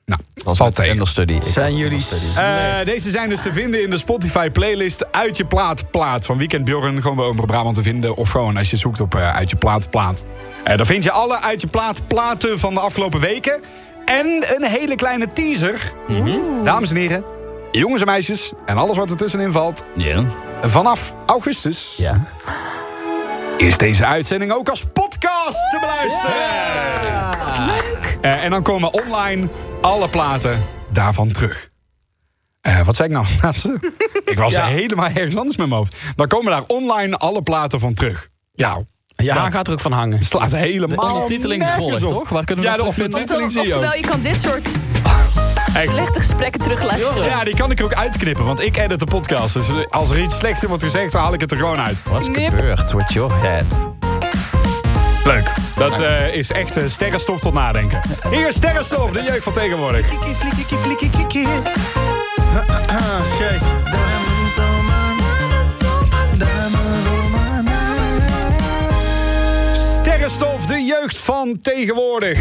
B: Nou,
C: Dat was een understudy. Zijn jullie...
B: Eh, deze zijn dus te vinden in de Spotify playlist Uit je plaat plaat van Weekend Bjorn. Gewoon bij Omroep Brabant te vinden. Of gewoon als je zoekt op eh, Uit je plaat plaat. Eh, dan vind je alle Uit je plaat platen van de afgelopen weken. En een hele kleine teaser.
E: Mhm.
B: Dames en heren, jongens en meisjes en alles wat er tussenin valt.
C: Ja.
B: Vanaf augustus is deze uitzending ook als podcast te beluisteren. Leuk. en dan komen online alle platen daarvan terug. Eh, wat zei ik nou? laatste? ik was
D: Ja.
B: helemaal ergens anders met mijn hoofd. Dan komen daar online alle platen van terug. Nou,
D: Ja,
B: daar
D: daar gaat er ook van hangen.
B: slaat helemaal
D: De ondertiteling
B: nergens
D: volgt,
B: op.
D: toch? Waar kunnen we
B: ja,
D: dat
B: de
D: terugvinden?
B: ondertiteling zie je ook.
E: Oftewel, je kan dit soort
B: Echt.
E: slechte gesprekken terugluisteren.
B: Ja, die kan ik er ook uitknippen, want ik edit de podcast. Dus als er iets slechts in wordt gezegd, dan haal ik het er gewoon uit.
C: Wat is
E: Knip.
C: gebeurd with your head?
B: Leuk. Dat eh, is echt eh, sterrenstof tot nadenken. Hier sterrenstof, de jeugd van tegenwoordig. Sterrenstof, de jeugd van tegenwoordig.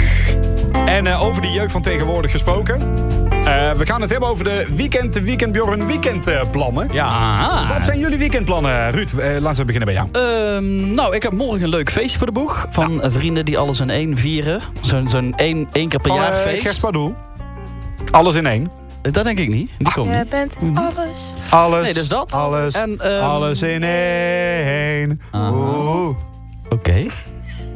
B: En eh, over die jeugd van tegenwoordig gesproken. eh, we gaan het hebben over de weekend, de weekend Bjorn weekend eh, plannen.
C: Ja.
B: Wat zijn jullie weekendplannen, Ruud? Eh, laten we beginnen bij jou.
C: Ehm, nou, ik heb morgen een leuk feestje voor de boeg. Van eh, vrienden die alles in één vieren. Zo'n zo'n één, één keer per
B: Van
C: jaar
B: eh,
C: feest.
B: Gert Pardoel. Alles in één.
C: Eh, Dat denk ik niet. Die komt
E: Je
C: niet.
E: bent
B: Mm-hmm.
E: alles.
B: Alles.
C: Nee, dus dat.
B: Alles.
C: En, ehm,
B: alles in één. Oeh.
C: Oké.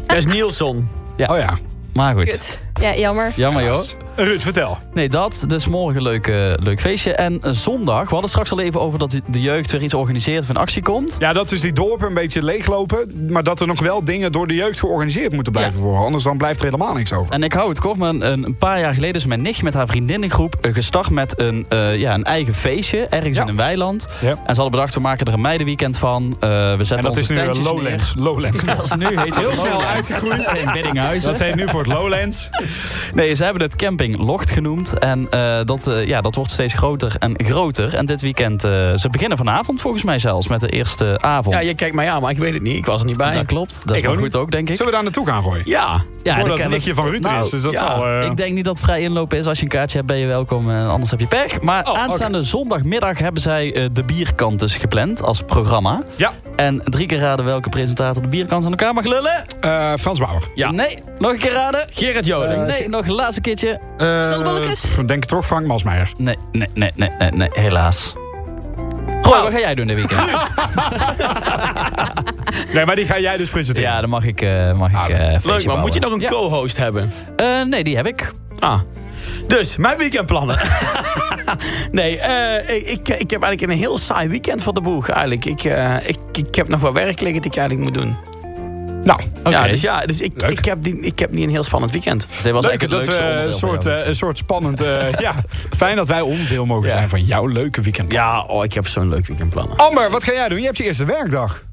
D: Dat is Nielsen.
B: Oh ja.
C: Maar goed.
E: Kut. Ja, jammer.
C: Jammer joh.
B: Ruud, vertel.
C: Nee, dat. Dus morgen leuk, eh, leuk feestje. En eh, zondag. We hadden straks al even over dat de jeugd weer iets organiseert of in actie komt.
B: Ja, dat dus die dorpen een beetje leeglopen. Maar dat er nog wel dingen door de jeugd georganiseerd moeten blijven worden. Anders dan blijft er helemaal niks over.
C: En ik hou het kort, maar een, een paar jaar geleden is mijn nicht met haar vriendinnengroep eh, gestart met een, eh, ja, een eigen feestje ergens in een weiland.
B: Ja.
C: En ze hadden bedacht, we maken er een meidenweekend van. Eh, we zetten
B: En dat
C: onze
B: is nu eh,
C: tentjes
B: Lowlands.
C: neer.
B: Lowlands.
C: Dat is nu heet het
B: Heel snel
C: Lowlands.
B: uitgegroeid.
C: In Biddinghuizen.
B: Dat heet nu voor het Lowlands.
C: Nee, ze hebben het camping Locht genoemd. En eh, dat, eh, ja, dat wordt steeds groter en groter. En dit weekend, eh, ze beginnen vanavond volgens mij zelfs met de eerste avond.
D: Ja, je kijkt mij aan, maar ik weet het niet. Ik was er niet bij.
C: Dat klopt. Dat is
B: Ik
C: wel
B: ook
C: goed
B: niet.
C: ook, denk ik.
B: Zullen we daar naartoe gaan gooien?
D: Ja.
C: Ja,
B: Voordat
C: dan
B: het
C: kan
B: nichtje
C: ik-
B: van Ruud er
C: Nou,
B: is. Dus dat
C: ja,
B: zal... eh,
C: Ik denk niet dat vrij inlopen is. Als je een kaartje hebt, ben je welkom. eh, anders heb je pech. Maar
B: Oh, oké.
C: aanstaande zondagmiddag hebben zij eh, de bierkant dus gepland als programma.
B: Ja,
C: En drie keer raden welke presentator de bierkans aan elkaar mag lullen.
B: Eh, Frans Bauer.
C: Ja. Nee. Nog een keer raden. Eh,
D: Gerrit Joling.
C: nee, nog een laatste keertje. Snel de bolletjes.
B: pff, Eh, Denk toch Frank Masmeijer.
C: Nee, nee, nee, nee, nee, nee, helaas.
B: Nou.
C: Goh, wat ga jij doen dit weekend?
B: nee, maar die ga jij dus presenteren.
C: Ja, dan mag ik, eh mag
B: Ah,
C: ik eh, feestje
D: Leuk man,
C: bouwen.
D: moet je nog een
C: Ja. Eh,
D: co-host hebben?
C: nee, die heb ik.
D: Ah. Dus, mijn weekendplannen. nee, eh, ik, ik, ik heb eigenlijk een heel saai weekend voor de boeg eigenlijk. Ik, eh, ik, ik heb nog wat werk liggen dat ik eigenlijk moet doen.
B: Nou,
D: Ja, dus, ja, dus ik, ik, heb die, ik heb niet een heel spannend weekend.
C: Dit was
B: Leuk dat we een soort, eh, een soort spannend... eh, ja, fijn dat wij onderdeel mogen zijn van jouw leuke weekend.
D: Ja, oh, ik heb zo'n leuk weekendplan.
B: Amber, wat ga jij doen? Je hebt je eerste werkdag.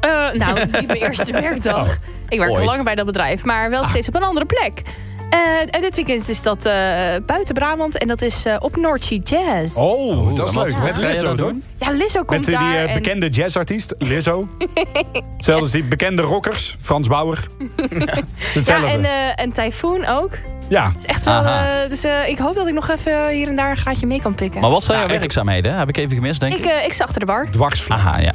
E: Eh, nou, niet mijn eerste werkdag. ik werk al
B: Oh, ooit. Ah.
E: langer bij dat bedrijf, maar wel steeds op een andere plek. Eh, en dit weekend is dat eh, buiten Brabant en dat is eh, op Noordzee Jazz.
B: Oh, dat is
C: en wat-
B: leuk.
C: wat
B: Met
C: ga je
B: Lizzo,
C: dan
B: toch?
C: doen?
E: Ja, Lizzo
B: Met
E: komt
B: die
E: daar.
B: eh,
E: en-
B: bekende jazzartiest, Lizzo. Hetzelfde als die bekende rockers, Frans Bauer.
E: ja,
B: Hetzelfde.
E: en, eh en Typhoon ook.
B: Ja.
E: Het is echt wel, eh, dus eh, ik hoop dat ik nog even hier en daar een graadje mee kan pikken.
C: Maar wat
B: Nou,
C: zijn jouw werkzaamheden? Heb ik even gemist, denk
E: Ik,
C: ik.
E: eh, ik zat achter de bar.
B: Dwarsfluit.
C: Aha, ja.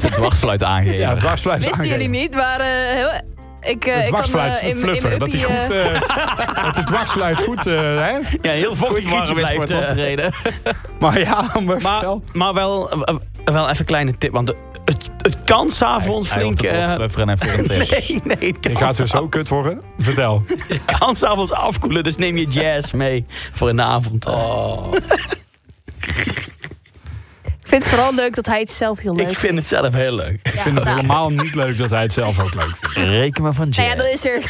C: de dwarsfluit aangeven.
B: Ja, dwarsfluit
E: Wisten
B: aangeven.
E: jullie niet, maar eh, heel- ik, eh,
B: De
E: ik kan
B: dwarsfluit
E: eh, in, in
B: fluffer,
E: mijn
B: dat die
E: uppie,
B: goed...
E: eh,
B: eh, dat de dwarsfluit goed... eh, hè?
D: Ja, heel vochtig
C: warm
D: rietje
C: is
D: blijft.
C: voor het
D: eh.
C: optreden.
B: Maar ja, Amber,
D: maar,
B: vertel.
D: maar wel, eh, wel even een kleine tip, want het, het kan s'avonds
C: Hij
D: flink...
C: hoeft het
D: eh,
C: rotfluffer en heeft een tip.
D: nee, nee, het
B: Je
D: kan
B: gaat weer
E: Oh.
B: zo kut worden. Vertel.
D: Het kan s'avonds afkoelen, dus neem je jazz mee voor een avond.
E: Oh, Ik vind het vooral leuk dat hij het zelf heel leuk
D: Ik vind het zelf heel leuk.
B: Ik vind het helemaal niet leuk dat hij het zelf ook leuk vindt.
C: Reken maar van
E: Nou ja,
C: jazz.
E: dat is er.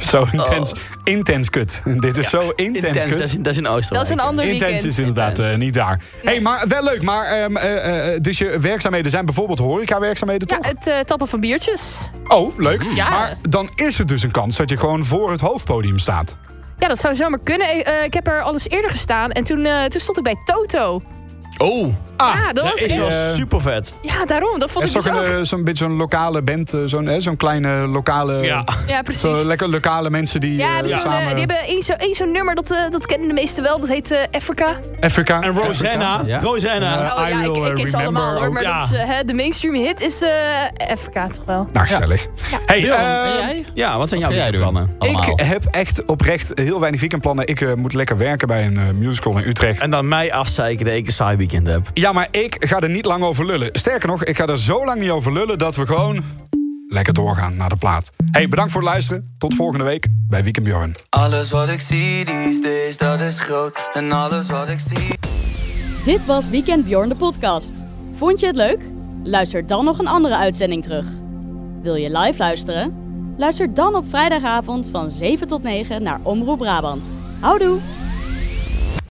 B: Zo intens, intens kut. Dit is zo intens,
D: Intens,
B: kut.
D: dat is- dat is in Oostenrijk.
E: Dat is een ander
B: intens
E: weekend.
B: is inderdaad eh, niet daar. hey, maar wel leuk. Maar, ehm, eh, eh, dus je werkzaamheden zijn bijvoorbeeld horeca-werkzaamheden,
E: Ja,
B: toch?
E: het eh, tappen van biertjes.
B: Oh, leuk.
E: Ja.
B: Maar dan is er dus een kans dat je gewoon voor het hoofdpodium staat.
E: Ja, dat zou zomaar kunnen. Eh, eh, ik heb er al eens eerder gestaan en toen, eh, toen stond ik bij Toto.
D: Oh,
E: ja, dat was
D: is
E: echt-
D: wel super vet.
E: Ja, daarom. Dat
B: Dat
E: vond
B: is
E: ik
B: toch
E: dus
B: een,
E: ook.
B: eh, zo'n beetje zo'n lokale band, eh, zo'n eh, zo'n kleine lokale... eh,
D: Ja.
E: Ja, precies.
B: Zo lekker lokale mensen die
E: Ja,
B: eh,
E: hebben zo'n, eh,
B: samen...
E: die hebben één zo- één zo'n nummer, dat, eh, dat kennen de meesten wel. Dat heet eh, Africa.
B: Afrika.
D: En Rosanna,
B: Afrika.
D: Rosanna.
B: Eh,
E: oh ja, ik,
B: Will, eh,
E: ik ken ze
B: Remember
E: allemaal hoor.
B: ook.
E: Maar
D: Ja.
E: dat is, eh, hè, de mainstream hit is eh Africa toch wel.
B: Nou, gezellig. Hey, eh,
D: Ja, wat zijn
C: Wat ga
D: jouw
C: jij
D: weekendplannen?
C: doen? Allemaal.
B: Ik heb echt oprecht heel weinig weekendplannen. Ik eh, moet lekker werken bij een eh, musical in Utrecht.
D: En dan mij afzeiken dat ik een saai weekend heb.
B: Ja, maar ik ga er niet lang over lullen. Sterker nog, ik ga er zo lang niet over lullen dat we gewoon lekker doorgaan naar de plaat. Hey, bedankt voor het luisteren. Tot volgende week bij Weekend Bjorn.
O: Alles wat ik zie these days, dat is groot. En alles wat ik zie...
A: Dit was Weekend Bjorn de podcast. Vond je het leuk? Luister dan nog een andere uitzending terug. Wil je live luisteren? Luister dan op vrijdagavond van 7 tot 9 naar Omroep Brabant. Houdoe!